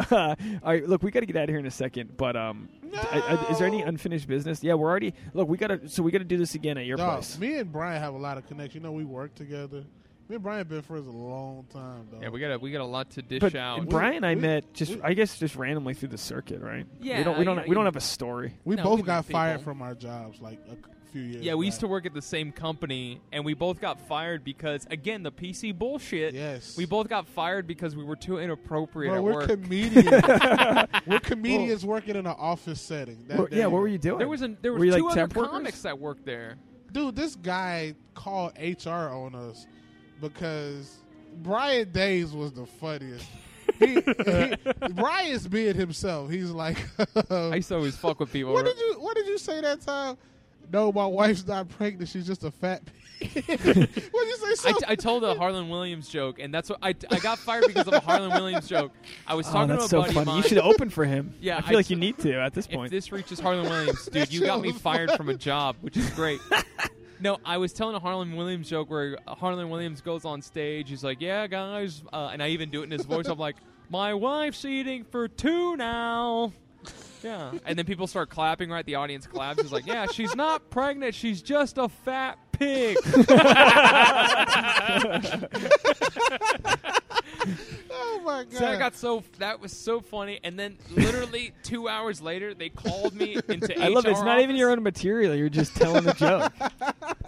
S1: all right, look, we got to get out of here in a second. But um, I, I, is there any
S3: No.
S1: unfinished business? Yeah, we're already. Look, we got to. So we got to do this again at your
S3: Dog,
S1: place.
S3: me and Brian have a lot of connection. You know, we work together. Me and Brian been friends a long time, though.
S2: yeah, we got a, we got a lot to dish
S1: But
S2: out.
S1: Brian and I
S3: We-
S1: met just,
S3: we-
S1: I guess, just randomly through the circuit, right? we
S2: Yeah,
S1: don't, we
S2: you know,
S1: don't, we don't
S2: you-
S1: have a story.
S3: We
S2: No,
S3: both
S2: we
S3: got
S2: met
S3: fired
S2: people.
S3: from our jobs like a c- few years.
S2: yeah, we used to
S3: back.
S2: work at the same company, and we both got fired because again the PC bullshit.
S3: Yes,
S2: We both got fired because we were too inappropriate
S3: Bro,
S2: at
S3: we're
S2: work.
S3: comedians. we're comedians working in an office setting. That-
S1: Where-
S3: that-
S1: yeah, what were you doing?
S2: there was an, there
S1: Were
S2: were,
S1: you,
S2: two
S1: like,
S2: other
S1: temp workers?
S2: comics that worked there.
S3: dude? This guy called HR on us because Brian Days was the funniest. he, he, Brian's being himself. He's like,
S2: I used to always fuck with people.
S3: What did you What did you say that time? No, my wife's not pregnant. She's just a fat. bitch." what did you say?
S2: I,
S3: Something?
S2: t- I told a Harlan Williams joke, and that's what I, I got fired because of a Harlan Williams joke. I was
S1: Oh,
S2: talking to
S1: that's
S2: a
S1: so
S2: buddy of
S1: funny.
S2: mine.
S1: You should open for him.
S2: Yeah,
S1: I feel
S2: I-
S1: like you need to at this
S2: if
S1: point.
S2: this reaches Harlan Williams, dude,
S3: That
S2: you
S3: shit
S2: got me
S3: was
S2: fired from a job, which is great. No, I was telling a Harlan Williams joke where Harlan Williams goes on stage. He's like, "Yeah, guys," uh, and I even do it in his voice. I'm like, "My wife's eating for two now." Yeah, and then people start clapping. Right, the audience claps. It's like, "Yeah, she's not pregnant. She's just a fat pig."
S3: Oh my god!
S2: So I got so that was so funny, and then literally two hours later, they called me into.
S1: I love it. It's
S2: HR
S1: not even
S2: office.
S1: your own material. You're just telling a joke.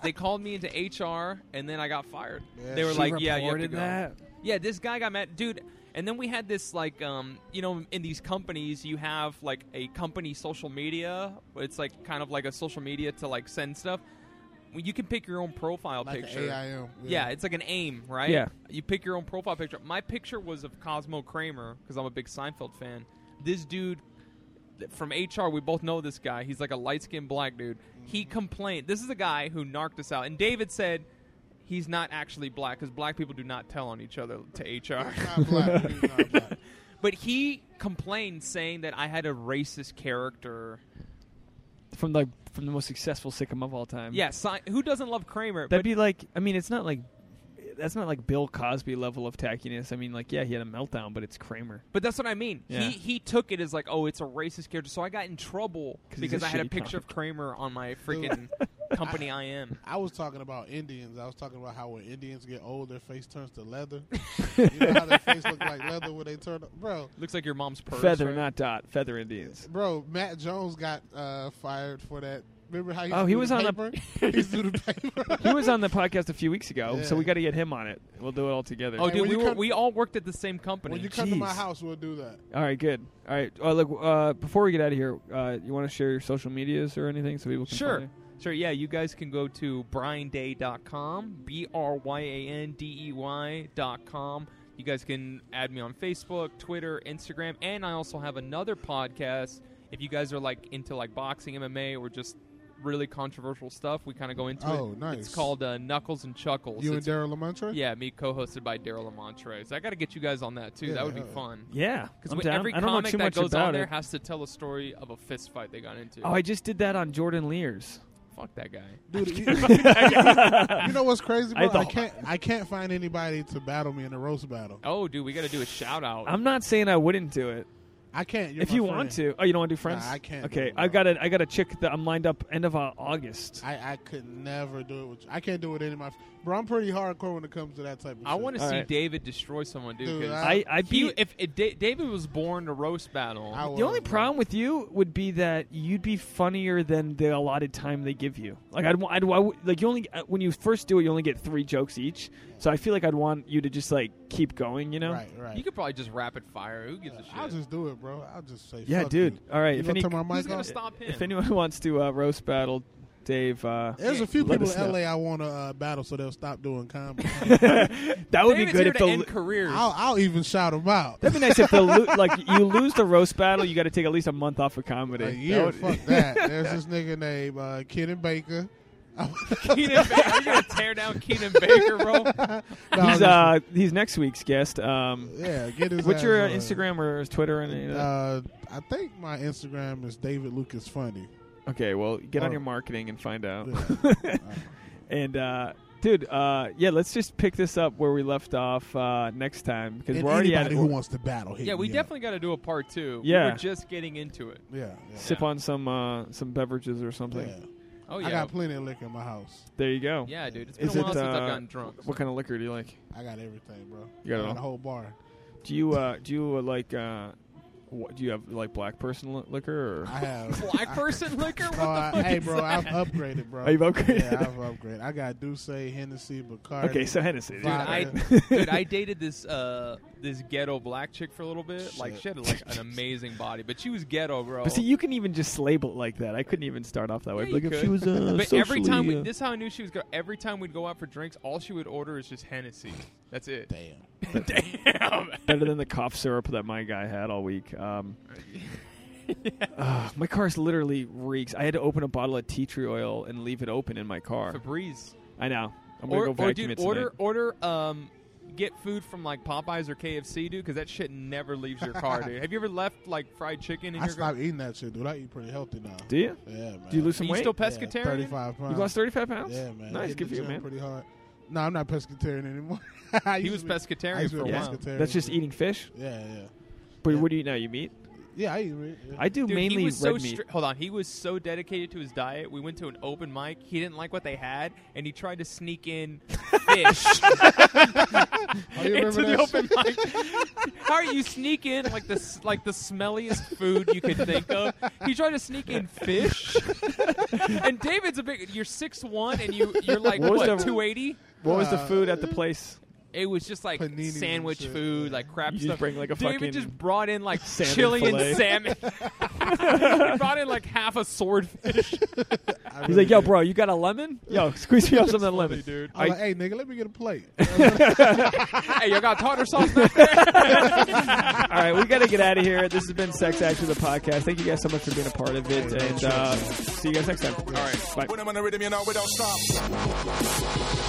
S2: They called me into HR, and then I got fired.
S3: Yeah.
S2: They were
S3: She
S2: like, "Yeah, you have to
S1: reported
S2: go."
S1: that?
S2: Yeah, this guy got mad, dude. And then we had this like, um, you know, in these companies, you have like a company social media. It's like kind of like a social media to like send stuff. Well, You can pick your own profile
S3: like the
S2: picture.
S3: AIM.
S2: Yeah, it's like an aim, right?
S1: Yeah.
S2: You pick your own profile picture. My picture was of Cosmo Kramer because I'm a big Seinfeld fan. This dude th- from HR, we both know this guy. He's like a light skinned black dude.
S3: Mm-hmm.
S2: He complained. This is a guy who narked us out. And David said he's not actually black because black people do not tell on each other to HR.
S3: Not black. He's not black.
S2: but he complained saying that I had a racist character.
S3: Mm-hmm.
S1: From the from the most successful sitcom of all time.
S2: Yeah, Sein- who doesn't love Kramer?
S1: That'd
S2: but
S1: be like. I mean, it's not like. That's not like Bill Cosby level of tackiness. I mean, like, yeah, he had a meltdown, but it's Kramer.
S2: But that's what I mean.
S1: Yeah.
S2: He he took it as like, oh, it's a racist character. So I got in trouble
S1: 'Cause he's
S2: because
S1: a
S2: I had a
S1: shitty
S2: picture of Kramer on my freaking company I am.
S3: I was talking about Indians. I was talking about how when Indians get old, their face turns to leather. you know how their face look like leather when they turn, bro.
S2: Looks like your mom's purse.
S1: Feather,
S2: right?
S1: not dot. Feather Indians.
S3: Bro, Matt Jones got uh, fired for that. Remember how he?
S1: Oh, he
S3: threw
S1: was
S3: the
S1: on a-
S3: paper? he threw the paper.
S1: He was on the podcast a few weeks ago, so
S3: Yeah.
S1: we got to get him on it. We'll do it all together.
S2: Oh,
S3: Hey,
S2: dude,
S3: when
S2: we,
S3: you
S2: were,
S3: come-
S2: we all worked at the same company.
S3: when you come to my
S1: Jeez.
S3: house, we'll do that.
S1: All right, good. All right. Uh, look, uh, before we get out of here, uh, you want to share your social medias or anything so people can
S2: Sure.
S1: follow you?
S2: Sure, yeah, you guys can go to brianday.com, B R Y A N D E Y.com. You guys can add me on Facebook, Twitter, Instagram, and I also have another podcast. If you guys are like into like boxing, MMA, or just really controversial stuff, we kind of go into
S3: Oh,
S2: it.
S3: nice.
S2: It's called uh, Knuckles and Chuckles.
S3: You and
S2: It's-
S3: Daryl Lamontre.
S2: yeah, me co-hosted by Daryl Lamontre. So I got to get you guys on that too.
S3: Yeah,
S2: that would be
S3: hell yeah.
S2: fun.
S1: Yeah, I'm
S2: Because
S1: down.
S2: every
S1: I don't know
S2: comic
S1: too
S2: that
S1: much
S2: goes
S1: about
S2: on there
S1: it.
S2: has to tell a story of a fist fight they got into.
S1: Oh, I just did that on Jordan Lears.
S2: Fuck that guy.
S3: Dude, you, you know what's crazy, bro?
S1: I
S3: I,
S1: thought-
S3: can't. I can't find anybody to battle me in a roast battle.
S2: Oh, dude, we got to do a shout out.
S1: I'm not saying I wouldn't do it
S3: I can't. You're
S1: if
S3: my
S1: you
S3: friend.
S1: want to. Oh, you don't want to do friends?
S3: Nah, I can't
S1: Okay,
S3: do it,
S1: I
S3: bro.
S1: got a I got a chick that I'm lined up end of uh, August.
S3: I, I could never do it. With, I can't do it with any of my. Bro, I'm pretty hardcore when it comes to that type of.
S2: I want to
S1: All
S2: see
S1: right.
S2: David destroy someone, dude.
S3: Dude,
S2: 'cause
S3: I-
S1: I I
S2: if you-
S1: beat.
S2: if, if da- David was born to roast battle,
S3: I
S1: the only problem with you would be that you'd be funnier than the allotted time they give you. Like I'd, wa- I'd I would- like you only uh, when you first do it, you only get three jokes each. So I feel like I'd want you to just like keep going. You know?
S3: Right, right.
S2: you could probably just rapid fire. Who gives a
S3: I'll
S2: shit?
S3: just do it, bro. I'll just say.
S1: Yeah,
S3: fuck
S1: dude.
S3: you.
S1: All right.
S3: You
S1: if
S3: gonna
S1: any
S3: turn my
S2: Who's
S3: mic
S2: gonna
S3: off?
S2: stop him?
S1: if anyone wants to uh, roast battle Dave, uh,
S3: There's a few
S1: Let
S3: people
S1: us
S3: in
S1: know.
S3: LA I want to uh, battle, so they'll stop doing comedy.
S1: that would
S2: David's
S1: be good
S2: here
S1: if
S2: to
S1: the
S2: end careers.
S3: I'll, I'll even shout them out.
S1: That'd be nice if the lo- like you lose the roast battle, you got to take at least a month off of comedy.
S3: A
S1: That
S3: year,
S1: would-
S3: fuck that. There's this nigga named uh, Kenan Baker.
S2: Keenan Baker, are you gonna tear down Keenan Baker, bro?
S3: No, I'm
S1: he's
S3: just-
S1: uh he's next week's guest. Um,
S3: yeah, get his.
S1: what's
S3: ass
S1: your uh,
S3: on.
S1: Instagram or his Twitter and any of that?
S3: Uh, I think my Instagram is David Lucas Funny.
S1: okay, well get on
S3: oh.
S1: your marketing and find out.
S3: Yeah.
S1: and uh, dude, uh, yeah, let's just pick this up where we left off uh, next time because
S3: And
S1: we're already at
S3: anybody
S1: it.
S3: who wants to battle. hit
S2: yeah, we
S3: me up.
S2: definitely got to do a part two.
S1: Yeah.
S2: we were just getting into it.
S3: Yeah, yeah.
S1: Sip on some uh, some beverages or something.
S3: yeah.
S2: Oh yeah,
S3: I got plenty of liquor in my house.
S1: There you go.
S2: yeah, dude. It's been
S1: Is
S2: a
S1: it,
S2: while since
S1: uh,
S2: I've gotten drunk.
S1: What kind of liquor do you like?
S3: I got everything, bro.
S1: You got it
S3: I
S1: all?
S3: got a whole bar.
S1: Do you uh, do you uh, like uh, what, do you have like black person li- liquor or?
S3: I have.
S2: Black person liquor? What
S3: Oh, I-
S2: the fuck
S3: hey,
S2: is
S3: bro,
S2: that?
S3: I've upgraded, bro.
S1: Are you Oh, upgraded?
S3: Yeah, I've upgraded. I got Douce, Hennessy, Bacardi.
S1: Okay, so Hennessy.
S2: Dude,
S3: Fire.
S2: I dude, I dated this uh this ghetto black chick for a little bit. Like
S3: Shit.
S2: she had like an amazing body, but she was ghetto, bro.
S1: But see, you can even just label it like that. I couldn't even start off that way.
S2: Yeah,
S1: like
S2: you
S1: if
S2: could.
S1: she was uh,
S2: but every time we,
S1: socially, uh,
S2: this is how I knew she was ghetto. Every time we'd go out for drinks, all she would order is just Hennessy. That's it.
S3: Damn.
S2: Damn.
S1: better than the cough syrup that my guy had all week. Um, ah, my car's literally reeks. I had to open a bottle of tea tree oil and leave it open in my car.
S2: Febreze.
S1: I know. I'm
S2: or,
S1: gonna go
S2: or
S1: vacuum
S2: dude,
S1: it
S2: order order um get food from like Popeyes or KFC, dude, because that shit never leaves your car, dude. Have you ever left like fried chicken in
S3: I
S2: your car?
S3: stopped eating that shit, dude. I eat pretty healthy now.
S1: Do you?
S3: Yeah, man.
S1: Do you lose
S2: Are
S1: some
S2: you
S1: weight?
S2: still
S3: Yeah,
S2: pescatarian?
S3: Thirty-five pounds.
S1: you lost 35 pounds?
S3: Yeah, man. I
S1: Nice.
S3: hit
S1: Good
S3: the
S1: for you,
S3: gym
S1: man.
S3: Pretty hard. No, I'm not pescatarian anymore. I
S2: He
S3: used
S2: was
S3: to be- I
S2: pescatarian
S3: used to
S2: for a
S3: be
S1: Yeah.
S2: while.
S3: pescatarian.
S1: That's just eating fish.
S3: Yeah, yeah,
S1: But
S3: Yeah.
S1: what do you eat now? You meat?
S3: yeah. I eat meat. Yeah.
S1: I do
S2: Dude,
S1: mainly
S2: he was
S1: red
S2: so
S1: meat.
S2: stri- hold on. He was so dedicated to his diet. We went to an open mic. He didn't like what they had, and he tried to sneak in fish
S3: Oh,
S2: into
S3: you remember
S2: the
S3: that
S2: open
S3: shit?
S2: mic. How are you sneak in like the s- like the smelliest food you could think of? He tried to sneak in fish. and David's a big. You're six one, and you you're like
S1: What was
S2: what
S1: the-
S2: two eighty.
S1: what was the
S3: Uh,
S1: food at the place?
S2: It was just like
S3: Paninis and
S2: sandwich
S3: shit,
S2: food,
S3: yeah.
S2: like crap
S1: You just
S2: stuff.
S1: bring, like, a
S2: David
S1: fucking
S2: just brought in like
S1: salmon
S2: chili
S1: fillet.
S2: and salmon. he brought in like half a swordfish.
S3: I
S1: He's
S3: really
S1: like, yo,
S3: did.
S1: bro, you got a lemon? Yo, squeeze me up some of that
S2: Funny,
S1: lemon,
S2: dude.
S3: I'm
S1: I-
S3: like, hey, nigga, let me get a plate.
S2: hey, you got tartar sauce back there?
S1: All right, we got to get out of here. This has been Sex Action, the podcast. Thank you guys so much for being a part of it, and uh, see you guys next time. All
S2: right.
S1: bye.
S5: When I'm on the rhythm, you know we don't stop.